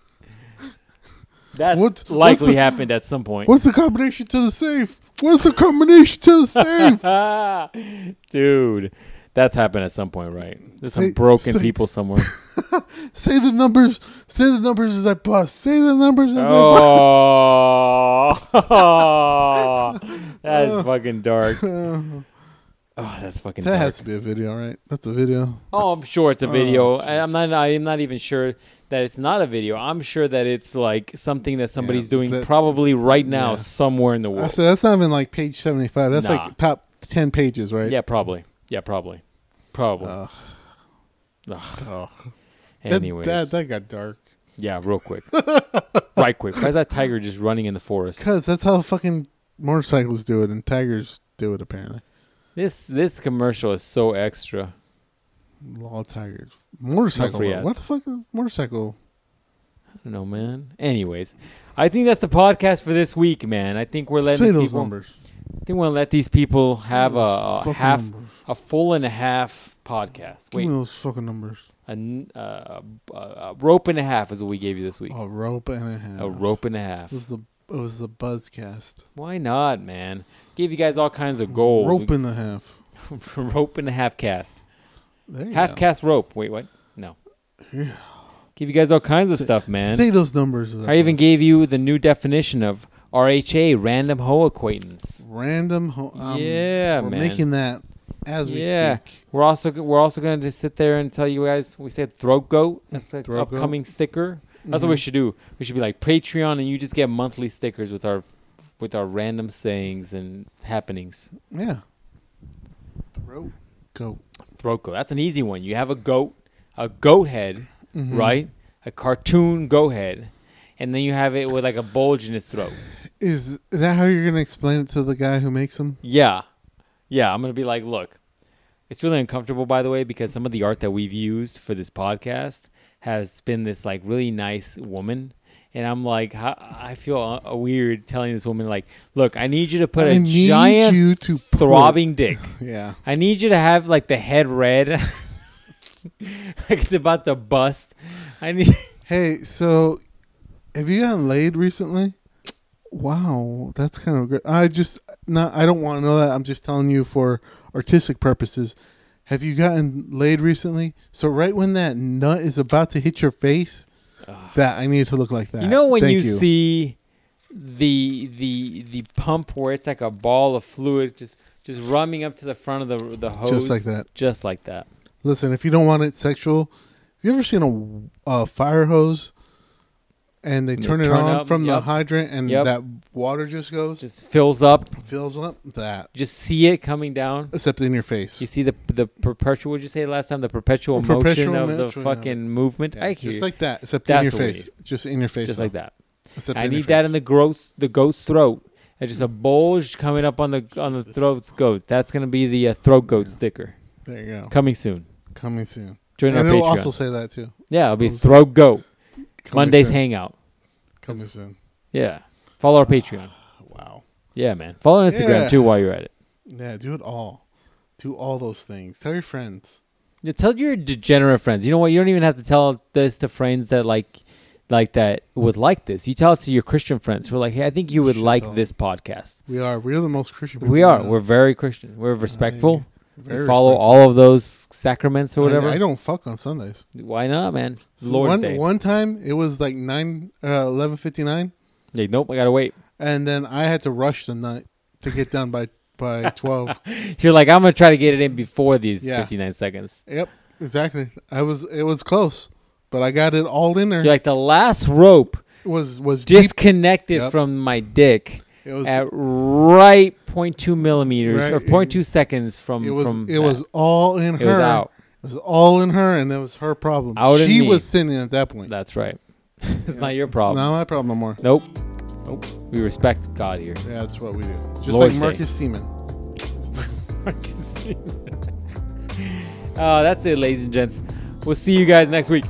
B: That's
A: What's- what's
B: likely
A: the-
B: happened at some point.
A: What's the combination to the safe? What's the combination to the safe?
B: Dude, that's happened at some point, right? There's some
A: Say-
B: broken
A: say-
B: people somewhere.
A: say the numbers. Say the numbers as I bust. Say the numbers as
B: Oh, that's fucking dark.
A: I bust.
B: Oh, that's fucking.
A: Uh-huh. that
B: dark.
A: has to be a video, right? That's a video.
B: Oh, I'm sure it's a video.
A: Oh,
B: I- I'm not. I'm not even sure that it's not a video. I'm sure that it's like something that somebody's doing
A: that-
B: probably right now
A: yeah.
B: somewhere in the
A: I
B: world.
A: said that's not even like page seventy-five. That's
B: Nah.
A: like top ten pages, right?
B: Yeah, probably. Yeah, probably. Probably.
A: Ugh.
B: Ugh.
A: Oh. That-
B: Anyways,
A: that, that got dark.
B: yeah, real quick. right quick. Why is that tiger just running in the forest?
A: Cause that's how fucking motorcycles do it, and tigers do it apparently.
B: This this commercial is so extra.
A: Law tigers, motorcycle.
B: free
A: law.
B: ads.
A: what the fuck is motorcycle?
B: I don't know, man. Anyways, I think that's the podcast for this week, man. I think we're letting
A: Say
B: these
A: those
B: people.
A: numbers.
B: I think we're gonna let these people have a,
A: Those
B: a
A: fucking
B: half,
A: numbers.
B: a full and a half podcast.
A: Give me
B: Wait,
A: those fucking numbers.
B: a, n- uh, a, a rope and a half is what we gave you this week.
A: A rope and a half.
B: A rope and a half.
A: It was the it was the buzzcast.
B: Why not, man? Gave you guys all kinds of gold.
A: Rope and a half.
B: rope and a half cast.
A: There you
B: Half
A: go.
B: cast rope. Wait, what? No.
A: Yeah.
B: Give you guys all kinds of
A: Say-
B: stuff, man.
A: Say those numbers.
B: I even gave you the new definition of RHA, random hoe acquaintance.
A: random. Ho- um,
B: yeah,
A: we're
B: man.
A: making that as we
B: Yeah.
A: speak.
B: we're also we're also gonna just sit there and tell you guys. We said throat goat. That's an
A: Throat goat.
B: upcoming sticker. That's what we
A: Mhm.
B: should do. We should be like Patreon, and you just get monthly stickers with our with our random sayings and happenings.
A: Mm-hmm. Yeah. Throat goat.
B: Throat goat. That's an easy one. You have a goat, a goat head,
A: Mhm.
B: right? A cartoon goat head, and then you have it with like a bulge in its throat.
A: Is that how you're gonna explain it to the guy who makes them?
B: Yeah. Yeah, I'm going to be like, look, it's really uncomfortable, by the way, because some of the art that we've used for this podcast has been this like really nice woman. And I'm like, ho- I feel uh, weird telling this woman, like, look, I need you to put
A: I
B: a
A: need
B: giant
A: you to put-
B: throbbing dick.
A: Yeah.
B: I need you to have like the head red. like it's about to bust. I need.
A: Hey, so have you gotten laid recently? Wow, that's kind of good. I just not. I don't want to know that. I'm just telling you for artistic purposes. Have you gotten laid recently? So right when that nut is about to hit your face, that I need to look like that.
B: You know when you,
A: Thank
B: see the the the pump where it's like a ball of fluid just just running up to the front of the the hose,
A: just like that.
B: just like that.
A: Listen, if you don't want it sexual, have you ever seen a, a fire hose and they
B: They
A: turn it
B: turn
A: on
B: up,
A: from the
B: yep.
A: hydrant and
B: Yep.
A: that water just goes,
B: Just fills up.
A: fills up that,
B: You just see it coming down.
A: except in your face.
B: You see the the perpetual. What you say last time? The perpetual,
A: The perpetual
B: motion of the
A: motion of it.
B: fucking movement.
A: Yeah,
B: I hear
A: just
B: you.
A: like that, except
B: That's
A: in your
B: what we
A: face. Just in your face.
B: just like that.
A: Except
B: I need that in the gross the goat's throat. And just a bulge coming up on the on the throat's goat. That's gonna be the uh, throat goat
A: Yeah.
B: sticker
A: There you go.
B: coming soon.
A: Coming soon.
B: Join
A: And
B: our Patreon.
A: it'll also say that too.
B: yeah, it'll be
A: it'll-
B: throat goat.
A: Coming
B: Monday's
A: soon.
B: hangout.
A: Coming soon.
B: Yeah. Follow our Patreon.
A: Wow.
B: Yeah, man. Follow on Instagram
A: Yeah.
B: too while you're at it.
A: Yeah, do it all. Do all those things. Tell your friends.
B: Yeah, tell your degenerate friends. You know what? You don't even have to tell this to friends that like like that would like this. You tell it to your Christian friends who are like, hey, I think you would
A: Should
B: like
A: tell 'em.
B: this podcast.
A: We are. We are the most Christian. people
B: We are.
A: I know.
B: We're very Christian. We're respectful.
A: Very
B: we follow
A: respectful.
B: all of those sacraments or
A: I-
B: whatever.
A: I, don't fuck on Sundays.
B: Why not, man? It's
A: So
B: Lord's
A: one
B: Day.
A: one time it was like nine, uh, eleven fifty nine,
B: Yeah, nope, I gotta wait.
A: and then I had to rush the night to get done by by twelve.
B: You're like, I'm gonna try to get it in before these
A: Yeah.
B: 59 seconds.
A: yep, exactly. I was. It was close, but I got it all in there.
B: You're like, the last rope
A: It was was deep
B: disconnected
A: Yep.
B: from my dick.
A: It was
B: at right 0.2 millimeters
A: Right,
B: or
A: it-
B: 0.2 seconds from
A: it was
B: from
A: it
B: that.
A: was all in her.
B: it was out.
A: It was all in her, and it was her problem.
B: Out in
A: she
B: me.
A: was sinning at that point.
B: That's right. it's not your problem.
A: Not my problem no more.
B: Nope. Nope. We respect God here.
A: Yeah, that's what we do. Just
B: Lord's
A: like
B: Day.
A: Marcus Seaman.
B: Uh, oh, that's it, ladies and gents. We'll see you guys next week.